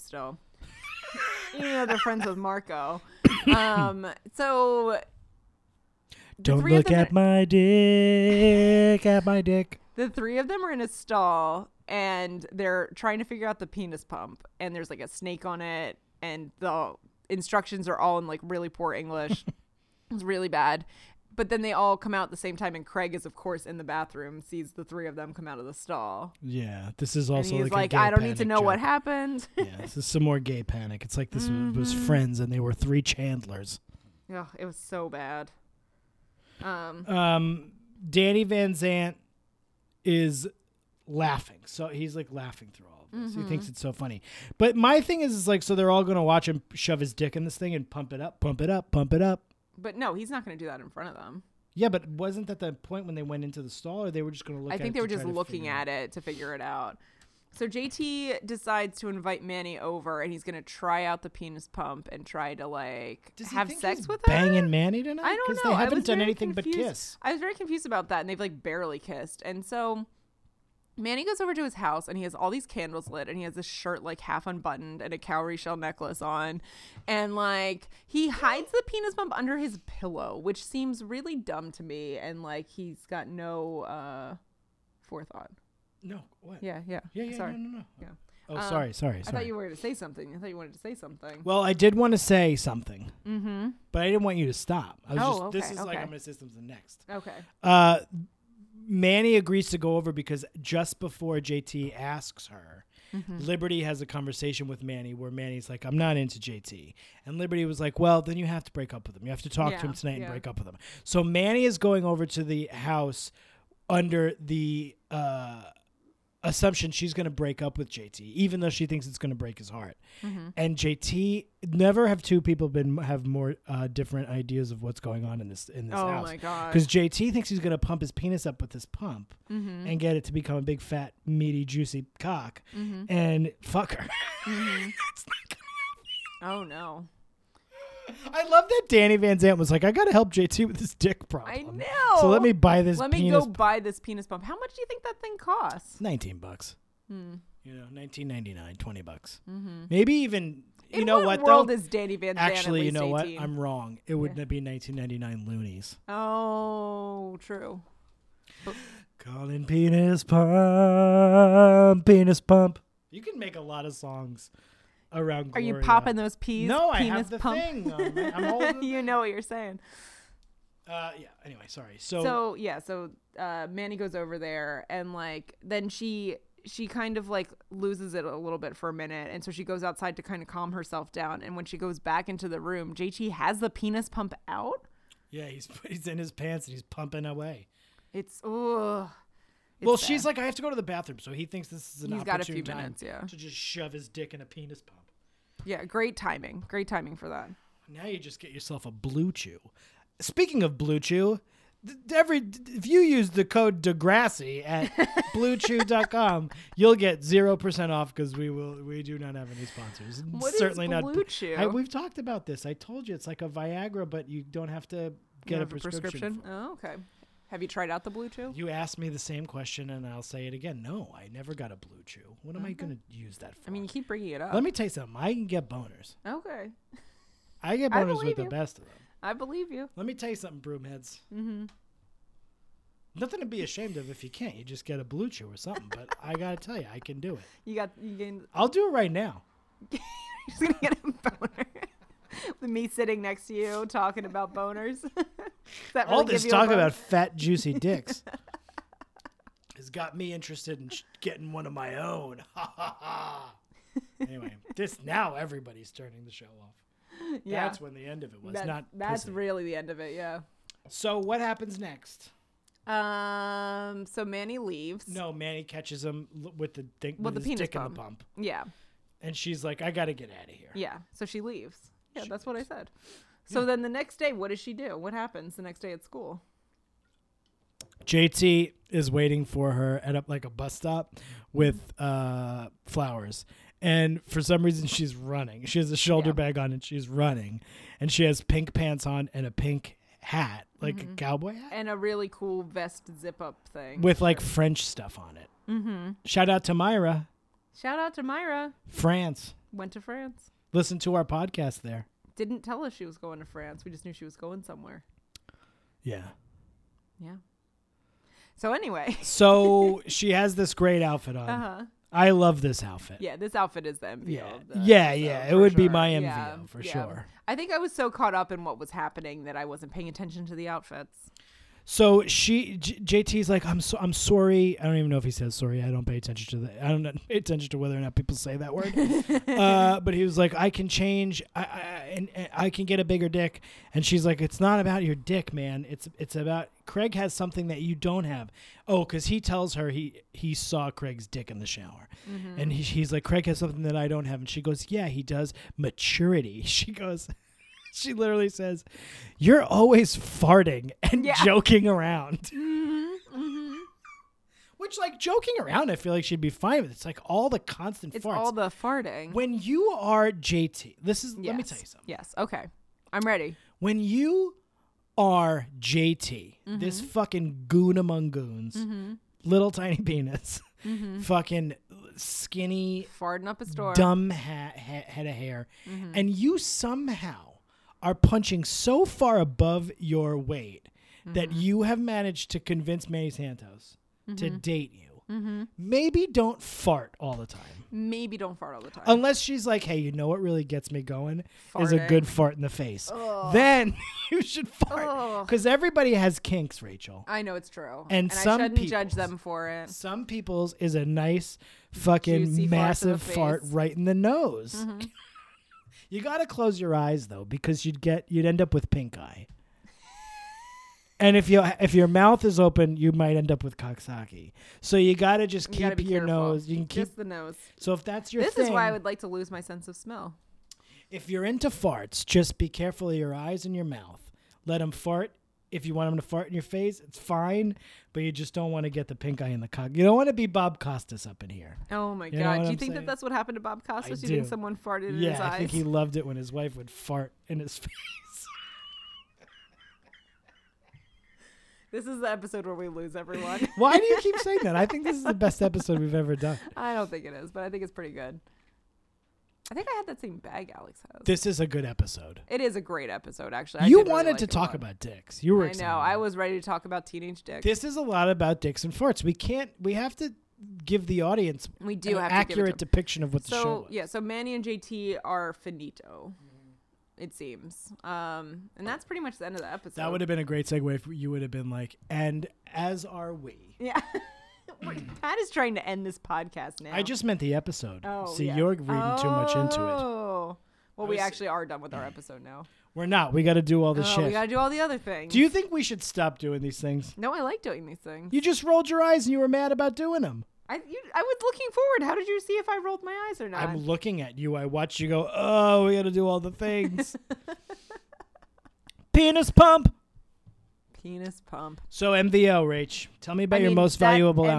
C: still. you know they're friends with Marco. Um, so
A: Don't
C: three of
A: look
C: them
A: at
C: are-
A: my dick, at my dick.
C: the three of them are in a stall and they're trying to figure out the penis pump and there's like a snake on it and the instructions are all in like really poor english it's really bad but then they all come out at the same time and craig is of course in the bathroom sees the three of them come out of the stall
A: Yeah, this is
C: and
A: also
C: he's
A: like,
C: like,
A: a gay
C: i don't need to
A: panic
C: know what
A: joke.
C: happened Mm-hmm.
A: yeah, this is some more gay panic. It's like this was, was Friends, and they were three Chandlers.
C: Ugh, it was so bad um
A: um, Danny Van Zant is laughing. So he's like laughing through all of this. He
C: Mm-hmm.
A: thinks it's so funny. But my thing is, is like, so they're all going to watch him shove his dick in this thing and pump it up, pump it up, pump it up.
C: but no he's not going to do that in front of them
A: Yeah, but wasn't that the point when they went into the stall, or they were just going to look?
C: I
A: at
C: think
A: it
C: they
A: to
C: were
A: try
C: just
A: to
C: looking
A: figure
C: at it to figure it out. So JT decides to invite Manny over, and he's gonna try out the penis pump and try to like
A: Does he
C: have
A: think
C: sex
A: he's
C: with her.
A: banging Manny tonight?
C: I don't
A: 'Cause
C: know.
A: They
C: I
A: haven't
C: was
A: done
C: very
A: anything but
C: confused-
A: kiss.
C: I was very confused about that, and they've like barely kissed. And so Manny goes over to his house, and he has all these candles lit, and he has this shirt like half unbuttoned and a cowrie shell necklace on, and like he hides the penis bump under his pillow, which seems really dumb to me, and like he's got no uh forethought.
A: No. What?
C: Yeah, yeah.
A: Yeah. Yeah.
C: Sorry.
A: No. No. no.
C: Yeah.
A: Oh,
C: Um,
A: sorry. Sorry. Sorry.
C: I thought you were going to say something. I thought you wanted to say something.
A: Well, I did want to say something,
C: mm-hmm.
A: but I didn't want you to stop. I was
C: Oh,
A: just. this
C: okay,
A: is like
C: okay.
A: I'm going to say something next.
C: Okay.
A: Uh, Manny agrees to go over because just before JT asks her,
C: Mm-hmm.
A: Liberty has a conversation with Manny where Manny's like, I'm not into JT. And Liberty was like, Well, then you have to break up with him. You have to talk to
C: Yeah,
A: him tonight
C: yeah.
A: and break up with him. So Manny is going over to the house under the uh, assumption she's going to break up with JT, even though she thinks it's going to break his heart.
C: Mm-hmm.
A: And JT, never have two people been have more uh, different ideas of what's going on in this in this
C: Oh
A: house.
C: my God.
A: Because JT thinks he's going to pump his penis up with this pump
C: Mm-hmm,
A: and get it to become a big fat meaty juicy cock
C: mm-hmm.
A: and fuck her. It's not gonna-
C: Oh no.
A: I love that Danny Van Zant was like, I got to help JT with this dick problem.
C: I know.
A: So let me buy this.
C: Let me
A: penis
C: go buy this penis pump. How much do you think that thing costs? Hmm,
A: 19 bucks. You know, 19.99, 20 bucks. Maybe even you
C: Mm-hmm. In
A: know
C: what,
A: what
C: world
A: though?
C: is Danny Van Zandt at
A: Actually, you
C: least
A: know what?
C: 18?
A: I'm wrong. It would be 19.99 loonies.
C: Oh, true.
A: Calling penis pump, penis pump. You can make a lot of songs around.
C: Are you
A: Gloria.
C: popping those peas?
A: No, I
C: penis
A: have the
C: pump?
A: thing. on my- I'm holding.
C: you know what you're saying.
A: Uh, yeah. Anyway, sorry. So,
C: so yeah so uh manny goes over there and like then she she kind of like loses it a little bit for a minute and so she goes outside to kind of calm herself down and when she goes back into the room jt has the penis pump out
A: yeah, he's he's in his pants and he's pumping away.
C: it's ugh. It's
A: well,
C: bad.
A: she's like, I have to go to the bathroom, so he thinks this is an
C: He's
A: opportune
C: got a few
A: time
C: minutes, yeah.
A: to just shove his dick in a penis pump.
C: yeah great timing great timing for that
A: Now you just get yourself a Blue Chew. Speaking of Blue Chew, th- every if you use the code Degrassi at BlueChew.com, you'll get zero percent off because we will we do not have any sponsors.
C: What is
A: Certainly not
C: Blue Chew?
A: I, we've talked about this. I told you it's like a Viagra, but you don't have to get
C: You
A: a
C: have
A: prescription.
C: oh okay have you tried out the blue chew
A: You asked me the same question, and I'll say it again. No, I never got a Blue Chew. What am I going to use that for?
C: i mean you keep bringing it up
A: let me tell you something. I can get boners.
C: okay
A: I get
C: I
A: boners with
C: believe
A: the
C: you.
A: best of them.
C: i believe you
A: Let me tell you something, broomheads. Mm-hmm. Nothing to be ashamed of if you can't. You just get a blue chew or something. But I gotta tell you, I can do it.
C: you got you can
A: I'll do it right now.
C: She's gonna get a boner. With me sitting next to you talking about boners. Does that
A: All
C: really give
A: this
C: you a
A: talk
C: boner?
A: about fat, juicy dicks has got me interested in sh- getting one of my own. Ha ha ha. Anyway, this now everybody's turning the show off.
C: yeah.
A: That's when the end of it was.
C: That-
A: not
C: that's
A: pussy.
C: really the end of it, yeah.
A: so. What happens next?
C: Um so Manny leaves.
A: No, Manny catches him l- with the thing,
C: With the
A: his
C: penis
A: dick in
C: pump.
A: the pump,
C: Yeah.
A: and she's like, "I gotta get out of here."
C: Yeah. So she leaves. Yeah, that's what I said. So then the next day, what does she do? What happens the next day at school?
A: JT is waiting for her at a, like a bus stop with uh, flowers. And for some reason, she's running. She has a shoulder
C: Yeah.
A: bag on and she's running. And she has pink pants on and a pink hat, like
C: Mm-hmm.
A: a cowboy hat,
C: And a really cool vest zip up thing.
A: with like French stuff on it. Mm-hmm. Shout out to Myra,
C: Shout out to Myra.
A: France.
C: Went to France.
A: Listen to our podcast there.
C: Didn't tell us she was going to France. We just knew she was going somewhere.
A: Yeah.
C: Yeah. So anyway.
A: So she has this great outfit on.
C: Uh-huh.
A: I love this outfit.
C: Yeah, this outfit is the MVO.
A: Mm. Yeah.
C: of the
A: Yeah,
C: episode,
A: yeah, it
C: for
A: would be
C: sure.
A: my MVO,
C: Yeah,
A: for
C: yeah.
A: sure.
C: I think I was so caught up in what was happening that I wasn't paying attention to the outfits.
A: So she J- JT's like I'm so I'm sorry. I don't even know if he says sorry. I don't pay attention to that. I don't pay attention to whether or not people say that word. uh, but he was like I can change. I, I and, and I can get a bigger dick. And she's like it's not about your dick, man. It's it's about Craig has something that you don't have. Oh, cuz he tells her he he saw Craig's dick in the shower.
C: Mm-hmm.
A: And he, he's like Craig has something that I don't have and she goes, "Yeah, he does. Maturity." She goes she literally says, "You're always farting and
C: Yeah. Mm-hmm.
A: joking around." Which, like, joking around, I feel like she'd be fine with. It's like all the constant
C: It's
A: farts.
C: all the farting.
A: when you are JT, this is. Let me
C: Yes.
A: tell you something.
C: Yes. Okay. I'm ready.
A: When you are JT, this fucking goon among goons, little tiny penis, fucking skinny
C: Farting up a storm.
A: dumb ha- ha- head of hair, and you somehow are punching so far above your weight that you have managed to convince Manny Santos to date you. Maybe don't fart all the time.
C: Maybe don't fart all the time.
A: Unless she's like, hey, you know what really gets me going is a
C: Farting.
A: good fart in the face. Then you should fart.
C: Ugh.
A: Because everybody has kinks, Rachel.
C: I know it's true.
A: And
C: I
A: some
C: shouldn't judge
A: people's-
C: them for it.
A: Some people's is a nice fucking
C: Juicy fart to the
A: massive fart
C: face. Mm-hmm.
A: right in the nose. you gotta close your eyes though, because you'd get you'd end up with pink eye. And if you if your mouth is open, you might end up with cocksaki. So you gotta just
C: You gotta
A: keep
C: be
A: your
C: careful.
A: nose. You can keep.
C: Just the nose.
A: so if that's your
C: This
A: thing,
C: is why I would like to lose my sense of smell.
A: if you're into farts, just be careful of your eyes and your mouth. Let them fart. If you want them to fart in your face, it's fine. But you just don't want to get the pink eye in the cock. You don't want to be Bob Costas up in here.
C: Oh my
A: You know
C: god!
A: what
C: Do
A: I'm
C: you
A: saying?
C: think that that's what happened to Bob Costas?
A: I
C: do you think
A: do.
C: someone farted in
A: yeah,
C: his eyes?
A: I think he loved it when his wife would fart in his face.
C: This is the episode where we lose everyone.
A: Why do you keep saying that? I think this is the best episode we've ever done.
C: I don't think it is, but I think it's pretty good. I think I had that same bag Alex has.
A: This is a good episode.
C: it is a great episode, actually. I
A: you
C: did really
A: wanted
C: like
A: to
C: it a
A: talk
C: lot.
A: about dicks. You were
C: I
A: excited.
C: know. I was ready to talk about teenage dick.
A: This is a lot about dicks and farts. We can't. We have to give the audience
C: We do
A: an
C: have to give it to
A: accurate
C: 'em.
A: depiction of what the show
C: So
A: was.
C: yeah, so Manny and JT are finito, it seems. Um, and that's pretty much the end of the episode.
A: That would have been a great segue if you would have been like, and as are we.
C: yeah. We're- Pat is trying to end this podcast now.
A: I just meant the episode.
C: Oh,
A: See,
C: yeah.
A: you're reading too much into it.
C: Oh. Well, we
A: was-
C: actually are done with our episode now.
A: We're not. We got to do all the
C: Oh,
A: shit.
C: we gotta do all the other things.
A: do you think we should stop doing these things?
C: No, I like doing these things.
A: You just rolled your eyes and you were mad about doing them.
C: I you, I was looking forward. How did you see if I rolled my eyes or not?
A: I'm looking at you. I watched you go, oh, we got to do all the things. Penis pump.
C: Penis pump.
A: So, MVO, Rach, tell me about
C: I
A: your
C: mean,
A: most
C: that
A: valuable
C: MVO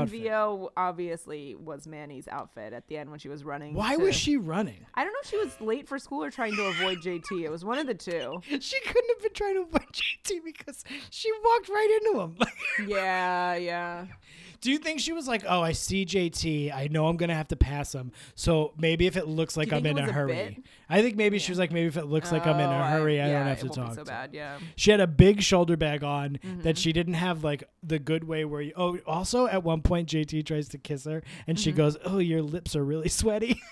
A: outfit.
C: obviously was Manny's outfit at the end when she was running.
A: Why
C: to-
A: was she running?
C: I don't know if she was late for school or trying to avoid JT. It was one of the two.
A: She couldn't have been trying to avoid JT because she walked right into him.
C: Yeah, yeah.
A: Do you think she was like, "Oh, I see JT. I know I'm gonna have to pass him. So maybe if it looks like
C: you
A: I'm in
C: think it
A: a
C: was a
A: hurry,
C: bit?
A: I think maybe she was like, maybe if it looks like I'm in
C: Oh,
A: a hurry, I,
C: yeah,
A: don't have
C: it
A: to
C: won't
A: talk."
C: Be so
A: to
C: bad, Mm-hmm. yeah.
A: She had a big shoulder bag on that she didn't have like the good way where you. Oh, also at one point JT tries to kiss her and
C: Mm-hmm.
A: she goes, "Oh, your lips are really sweaty."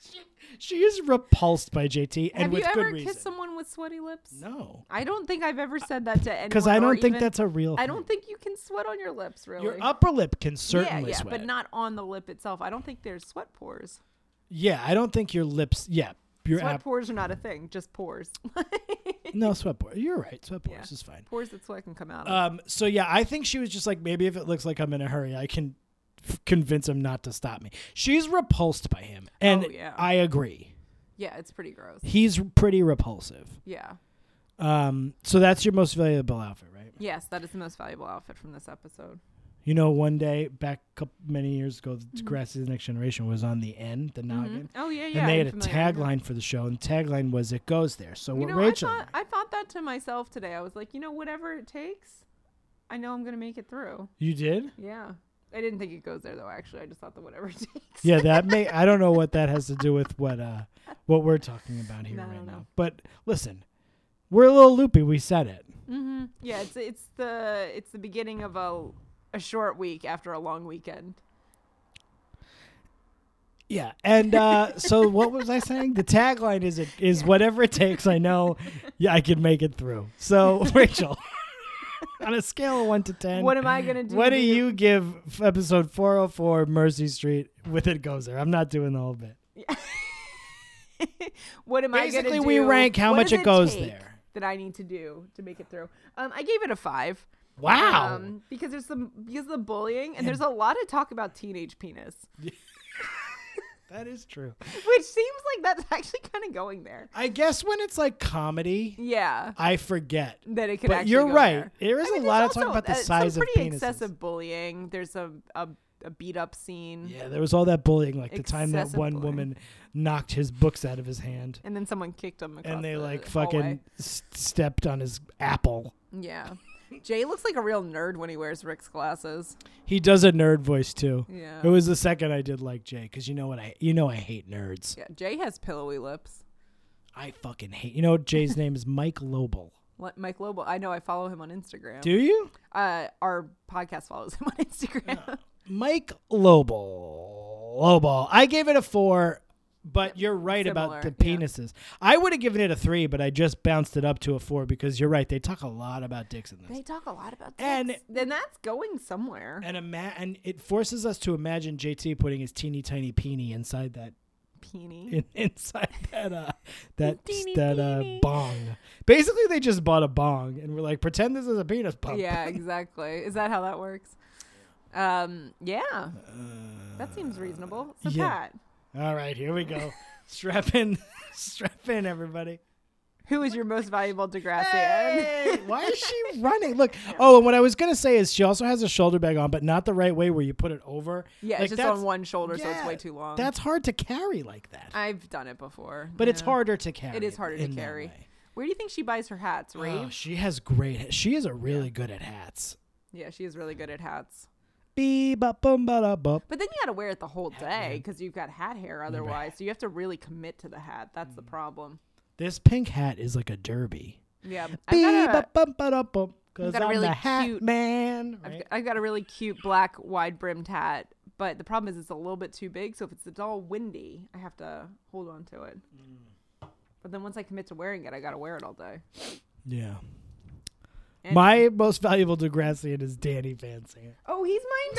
A: She- she is repulsed by JT and
C: Have
A: with
C: you
A: good
C: ever
A: reason.
C: kissed someone with sweaty lips?
A: no,
C: I don't think I've ever said that to anyone.
A: because I
C: or
A: don't think
C: even-
A: that's a real.
C: I
A: thing.
C: don't think you can sweat on your lips, really.
A: Your upper lip can
C: yeah,
A: certainly
C: yeah,
A: sweat.
C: but not on the lip itself. I don't think there's sweat pores.
A: Yeah, I don't think your lips. Yeah, your
C: Sweat
A: app.
C: pores are not a thing, just pores.
A: no sweat pores. You're right. Sweat pores
C: Yeah.
A: is fine.
C: pores that sweat can come out of.
A: Um. So yeah, I think she was just like maybe if it looks like I'm in a hurry, I can f- convince him not to stop me. She's repulsed by him, and
C: Oh, yeah.
A: I agree.
C: yeah, it's pretty gross.
A: He's pretty repulsive.
C: Yeah.
A: Um. So that's your most valuable outfit, right?
C: Yes, that is the most valuable outfit from this episode.
A: You know, one day back, a couple, many years ago, the Grass is the Next Generation was on the N, the noggin.
C: Oh yeah, Mm-hmm. yeah.
A: And they
C: I'm
A: had a
C: familiar with
A: tagline
C: that.
A: for the show, and the tagline was "It goes there." So
C: You
A: what
C: know,
A: Rachel?
C: I thought I thought that to myself today. I was like, you know, whatever it takes, I know I'm gonna make it through.
A: you did?
C: Yeah. I didn't think it goes there though. Actually, I just thought that whatever it takes.
A: yeah that may i don't know what that has to do with what uh what we're talking about here
C: No,
A: right
C: no.
A: now but listen we're a little loopy we said it Mm-hmm.
C: hmm Yeah. It's it's the it's the beginning of a a short week after a long weekend.
A: yeah and uh so what was i saying the tagline is it is whatever it takes i know yeah i can make it through so rachel on a scale of 1 to 10
C: what am I gonna do?
A: what
C: to
A: do you give f- episode 404 mercy street with it goes there i'm not doing the whole bit
C: What am I gonna
A: basically
C: do?
A: we rank how
C: What
A: much
C: does
A: it goes
C: take
A: there.
C: That I need to do to make it through. Um, I gave it a five.
A: wow
C: Um, because there's some because of the bullying and there's a lot of talk about teenage penis,
A: that is true
C: which seems like that's actually kind of going there.
A: i guess when it's like comedy
C: Yeah.
A: i forget
C: That it could
A: But
C: actually
A: you're
C: go
A: right.
C: There.
A: There is
C: I mean,
A: a lot
C: there's
A: of talk
C: also,
A: about the
C: uh,
A: size
C: some
A: of
C: pretty
A: penises.
C: excessive bullying. There's a, a, a beat up scene.
A: Yeah, there was all that bullying, like the time that
C: Excessive
A: one
C: bullying.
A: woman knocked his books out of his hand,
C: And then someone kicked him across
A: and they
C: the
A: like
C: hallway.
A: fucking s- stepped on his apple.
C: Yeah. Jay looks like a real nerd when he wears Rick's glasses.
A: He does a nerd voice too.
C: Yeah.
A: It was the second I did like Jay, because you know what I, you know I hate nerds.
C: Yeah, Jay has pillowy lips.
A: I fucking hate. You know Jay's name is Mike Lobel.
C: Li- Mike Lobo, I know I follow him on Instagram.
A: Do you?
C: Uh, our podcast follows him on Instagram.
A: Mike Lobel. Lobel. I gave it a four, but you're right about the
C: similar, yeah.
A: penises. I would have given it a three, but I just bounced it up to a four because you're right. They talk a lot about dicks in this.
C: They talk a lot about dicks.
A: And-
C: then that's going somewhere.
A: and ima- and it forces us to imagine JT putting his teeny tiny peenie inside that
C: Peenie.
A: in, inside that uh that
C: Teeny
A: that uh
C: peenie.
A: bong. Basically, they just bought a bong and we're like, pretend this is a penis pump.
C: Yeah, exactly. Is that how that works? Um, yeah. that seems reasonable. So
A: Uh, yeah.
C: Pat,
A: All right, here we go. strap in, strap in, everybody.
C: who is your most valuable Degrassi?
A: Hey, why is she running? Look. Oh, and what I was gonna say is she also has a shoulder bag on, but not the right way where you put it over.
C: yeah,
A: Like,
C: it's just
A: that's-
C: on one shoulder, so it's
A: yeah,
C: way too long.
A: That's hard to carry like that.
C: I've done it before.
A: but it's
C: yeah.
A: harder to carry.
C: It is harder to
A: in that
C: carry.
A: way.
C: Where do you think she buys her hats, Rave?
A: Oh, she has great. She is a really good at hats.
C: yeah, she is really good at hats.
A: Bee bop boom ba da bop.
C: But then you got to wear it the whole day because you've got hat hair otherwise. So you have to really commit to the hat. That's the problem.
A: This pink hat is like a derby.
C: Yeah,
A: Bee
C: I've got a-
A: bop bum ba da bop. Cause
C: got a
A: I'm
C: really
A: the hat
C: cute-
A: man.
C: I've,
A: right?
C: g- I've got a really cute black wide brimmed hat, but the problem is it's a little bit too big. So if it's at all windy, I have to hold on to it. But then once I commit to wearing it, I gotta wear it all day.
A: Yeah.
C: And-
A: My most valuable Degrassian is Danny Van Zandt.
C: oh, he's mine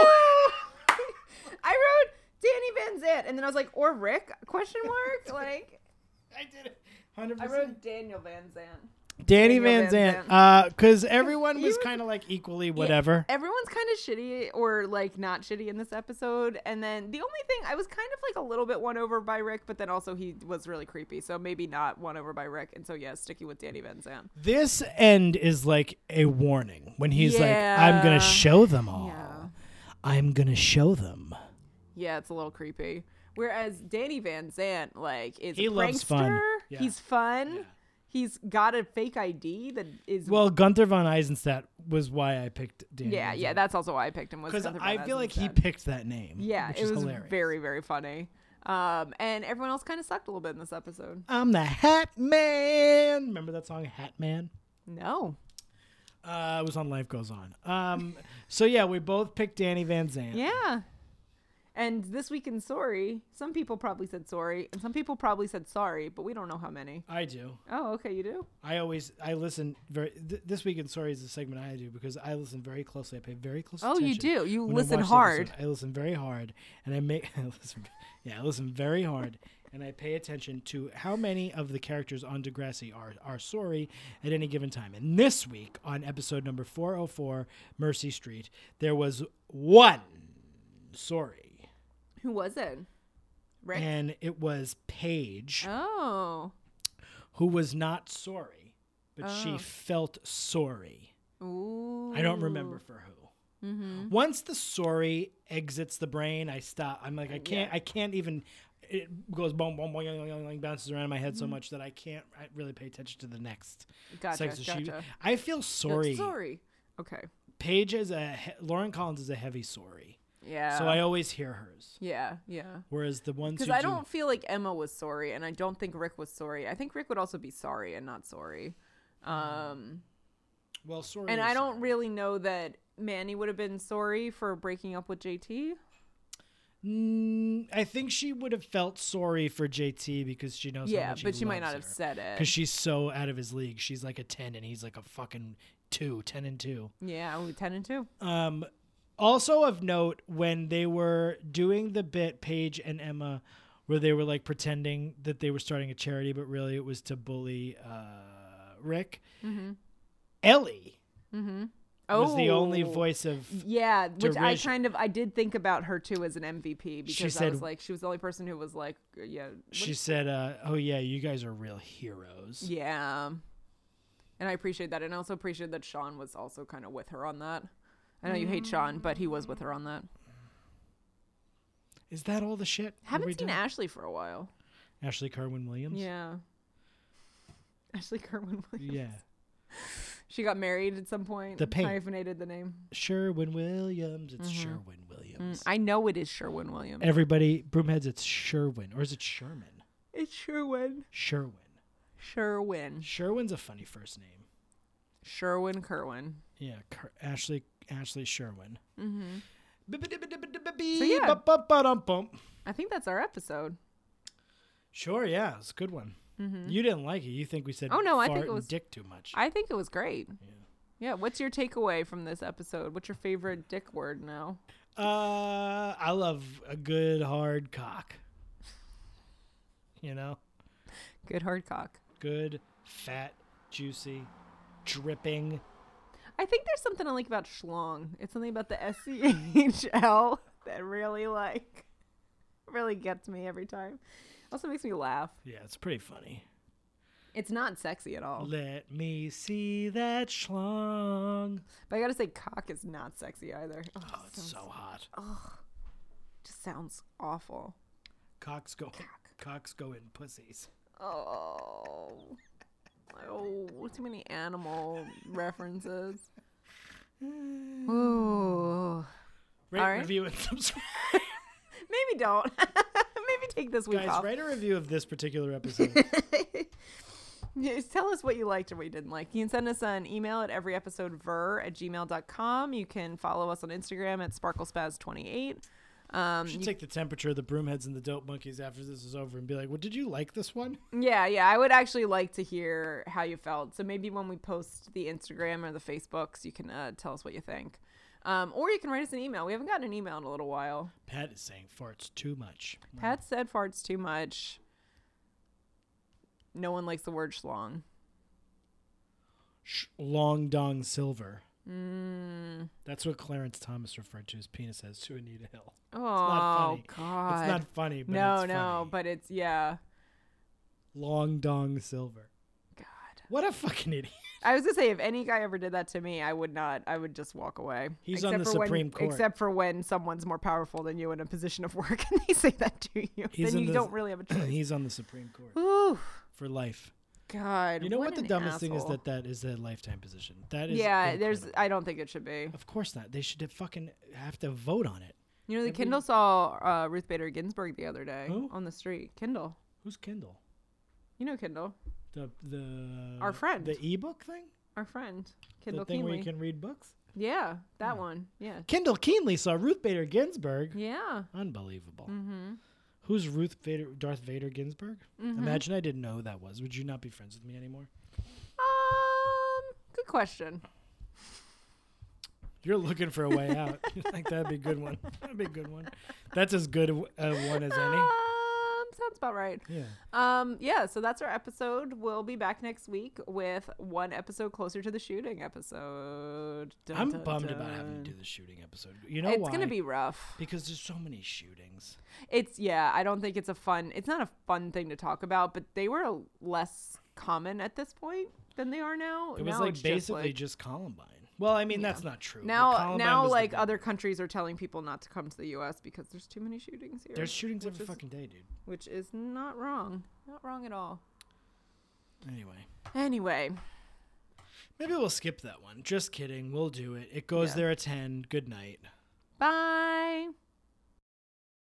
C: too. I wrote Danny Van Zant, and then I was like, or Rick? Question mark? like
A: I did it. 100%.
C: I wrote Daniel Van Zant.
A: Danny
C: Daniel
A: Van
C: Van
A: Zandt.
C: Zandt.
A: Uh, cause everyone was
C: you-
A: kind of like equally whatever.
C: everyone's kind of shitty or like not shitty in this episode. And then the only thing I was kind of like a little bit won over by Rick, but then also he was really creepy, so maybe not won over by Rick. And so yeah, sticking with Danny Van Zandt.
A: This end is like a warning when he's like, I'm
C: Yeah.
A: gonna show them all.
C: Yeah.
A: I'm gonna show them.
C: Yeah, it's a little creepy. Whereas Danny Van Zant, like, is
A: He
C: a prankster.
A: loves fun. Yeah.
C: He's fun. He's got a fake ID that is
A: Well, Gunther von Eisenstadt was why I picked Danny.
C: Yeah, yeah. That's also why I picked him. was
A: Because
C: Gunther
A: I
C: Van
A: feel
C: Zant
A: like he
C: instead.
A: picked that name.
C: Yeah,
A: which
C: it
A: is
C: was
A: hilarious.
C: very, very funny. Um, and everyone else kind of sucked a little bit in this episode.
A: I'm the Hat Man. Remember that song, Hat Man?
C: No,
A: Uh, it was on Life Goes On. Um, so yeah, we both picked Danny Van Zandt.
C: yeah. And this week in sorry, some people probably said sorry, and some people probably said sorry, but we don't know how many.
A: I do.
C: Oh, okay, you do.
A: I always I listen very. Th- this week in sorry is the segment I do because I listen very closely. I pay very close.
C: Oh, you
A: attention
C: do. You
A: when I
C: listen
A: watch the
C: hard.
A: episode. I listen very hard, and I make. I listen, yeah, I listen very hard, and I pay attention to how many of the characters on Degrassi are are sorry at any given time. And this week on episode number four hundred four, Mercy Street, there was one sorry,
C: Who was it? Rick.
A: and it was Paige.
C: oh.
A: who was not sorry, but she
C: Oh.
A: felt sorry.
C: Ooh.
A: I don't remember for who.
C: Mm-hmm.
A: Once the sorry exits the brain, I stop. I'm
C: Oh,
A: like, I can't, I can't even. It goes boom, boom, boom, boom, boom, boom, bounces around in my head so much that I can't I really pay attention to the next.
C: Mm-hmm. Gotcha.
A: sex. So
C: gotcha.
A: she- I feel sorry.
C: Sorry. Okay.
A: Paige is a he- Lauren Collins is a heavy sorry,
C: Yeah.
A: so I always hear hers.
C: Yeah. Yeah.
A: Whereas the ones
C: Because
A: who
C: I
A: do-
C: don't feel like Emma was sorry, and I don't think Rick was sorry. I think Rick would also be sorry and not sorry. Um,
A: well sorry,
C: and
A: is
C: I don't
A: sorry.
C: really know that Manny would have been sorry for breaking up with JT.
A: Mm, I think she would have felt sorry for JT because she knows. how
C: yeah,
A: much he
C: but she might
A: loves
C: not
A: her.
C: have said it.
A: because she's so out of his league. She's like a 10 and he's like a fucking 2, 10 and 2.
C: yeah, ooh, ten and two.
A: Um, also of note, when they were doing the bit, Paige and Emma, where they were like pretending that they were starting a charity, but really it was to bully uh, Rick,
C: Mm-hmm.
A: Ellie
C: Oh,
A: was the only voice of.
C: Yeah, which I
A: derision.
C: kind of I did think about her too as an MVP because I
A: said-
C: was like she was the only person who was like uh, yeah what-
A: She said, uh, "Oh yeah, you guys are real heroes."
C: yeah, and I appreciate that, and I also appreciate that Sean was also kind of with her on that. I know you hate Sean, but he was with her on that.
A: Is that all the shit? Are we
C: Haven't seen
A: done?
C: Ashley for a while.
A: Ashley Carwin Williams.
C: Yeah. Ashley Kerwin Williams.
A: Yeah.
C: She got married at some point.
A: The paint.
C: Hyphenated the name. Mm,
A: Sherwin Williams. It's
C: Mm-hmm.
A: Sherwin Williams.
C: I know it is Sherwin Williams.
A: Everybody, Broomheads, it's Sherwin. Or is it Sherman?
C: It's Sherwin.
A: Sherwin.
C: Sherwin.
A: Sherwin's a funny first name.
C: Sherwin Kerwin.
A: Yeah, Car- Ashley Ashley Sherwin.
C: Mm-hmm. So, yeah.
A: Mm-hmm.
C: I think that's our episode.
A: Sure, yeah, it's a good one. You didn't like it. You think we said
C: Mm-hmm. Oh, no, I think
A: fart
C: it
A: and
C: was-
A: dick too much.
C: I think it was great. Yeah. What's your takeaway from this episode? What's your favorite dick word now?
A: uh, I love a good hard cock. You know,
C: Good hard cock.
A: good, fat, juicy, dripping.
C: I think there's something I like about schlong. It's something about the S C H L that really like really gets me every time. Also makes me laugh.
A: Yeah, it's pretty funny.
C: It's not sexy at all.
A: Let me see that schlong.
C: But I gotta say, cock is not sexy either. Oh,
A: Oh,
C: it
A: it's so hot.
C: just sounds awful.
A: Cocks go, cocks go in pussies.
C: Oh, oh, too many animal references. Ooh,
A: Rate,
C: All right.
A: review, and subscribe.
C: maybe don't. maybe take this week
A: Guys,
C: off.
A: write a review of this particular episode.
C: Yes, Tell us what you liked and what you didn't like. You can send us an email at everyepisodever at gmail.com. You can follow us on Instagram at sparklespaz28. Um,
A: should take the temperature of the broomheads and the dope monkeys after this is over and be like, "Well, did you like this one?"
C: yeah, yeah. I would actually like to hear how you felt. So maybe when we post the Instagram or the Facebooks, you can uh, tell us what you think. Um, or you can write us an email. We haven't gotten an email in a little while.
A: Pat is saying farts too much.
C: Pat said farts too much. No one likes the word schlong.
A: Sh- long dong silver.
C: Mm.
A: That's what Clarence Thomas referred to his penis as to Anita Hill.
C: Oh,
A: funny. It's
C: God.
A: It's not funny, but
C: no,
A: it's
C: no,
A: funny.
C: but it's, yeah.
A: long dong silver.
C: God.
A: What a fucking idiot!
C: I was gonna say if any guy ever did that to me, I would not. I would just walk away.
A: He's on the
C: for when-
A: Supreme Court.
C: Except for when someone's more powerful than you in a position of work and they say that to you,
A: He's
C: then
A: in
C: you
A: the-
C: don't really have a choice.
A: He's on the Supreme Court
C: Ooh,
A: for life.
C: God.
A: You know what, the
C: an
A: dumbest thing is
C: asshole.
A: that that is a lifetime position. That is
C: yeah, there's.
A: incredible.
C: I don't think it should be.
A: Of course not. They should have fucking have to vote on it.
C: You know, the Kindle saw uh, Ruth Bader Ginsburg the other day
A: Who?
C: on the street. Kindle,
A: Who's Kindle?
C: you know Kindle,
A: The the
C: Our friend.
A: the ebook thing.
C: our friend
A: the
C: Kindle
A: thing where
C: Keenly.
A: you can read books.
C: Yeah, that one. Yeah,
A: Kendall Keenly saw Ruth Bader Ginsburg.
C: yeah. Mm-hmm.
A: Unbelievable.
C: Mm.
A: Who's Ruth Vader, Darth Vader Ginsburg? Imagine I didn't know who that was. Would you not be friends with me anymore?
C: Um, good question.
A: You're looking for a way out. I think that'd be a good one. That'd be a good one. That's as good a w- a one as any.
C: Um, sounds about right.
A: Yeah.
C: Um, yeah, so that's our episode. We'll be back next week with one episode closer to the shooting episode. Dun,
A: I'm
C: dun,
A: bummed about having
C: dun.
A: to do the shooting episode. You know
C: it's
A: why?
C: gonna be rough.
A: because there's so many shootings.
C: It's yeah. I don't think it's a fun. It's not a fun thing to talk about, but they were less common at this point than they are now.
A: It was
C: Now it's
A: like
C: just,
A: basically
C: like-
A: just Columbine. Well, I mean that's not true. but
C: now
A: Columbine
C: now
A: was the
C: like
A: big-
C: other countries are telling people not to come to the U.S. because there's too many shootings here.
A: There's shootings
C: which
A: every
C: is-
A: fucking day, dude.
C: which is not wrong. Not wrong at all.
A: Anyway.
C: Anyway,
A: Maybe we'll skip that one. Just kidding. We'll do it. It goes
C: Yeah.
A: there at 10. Good night.
C: bye.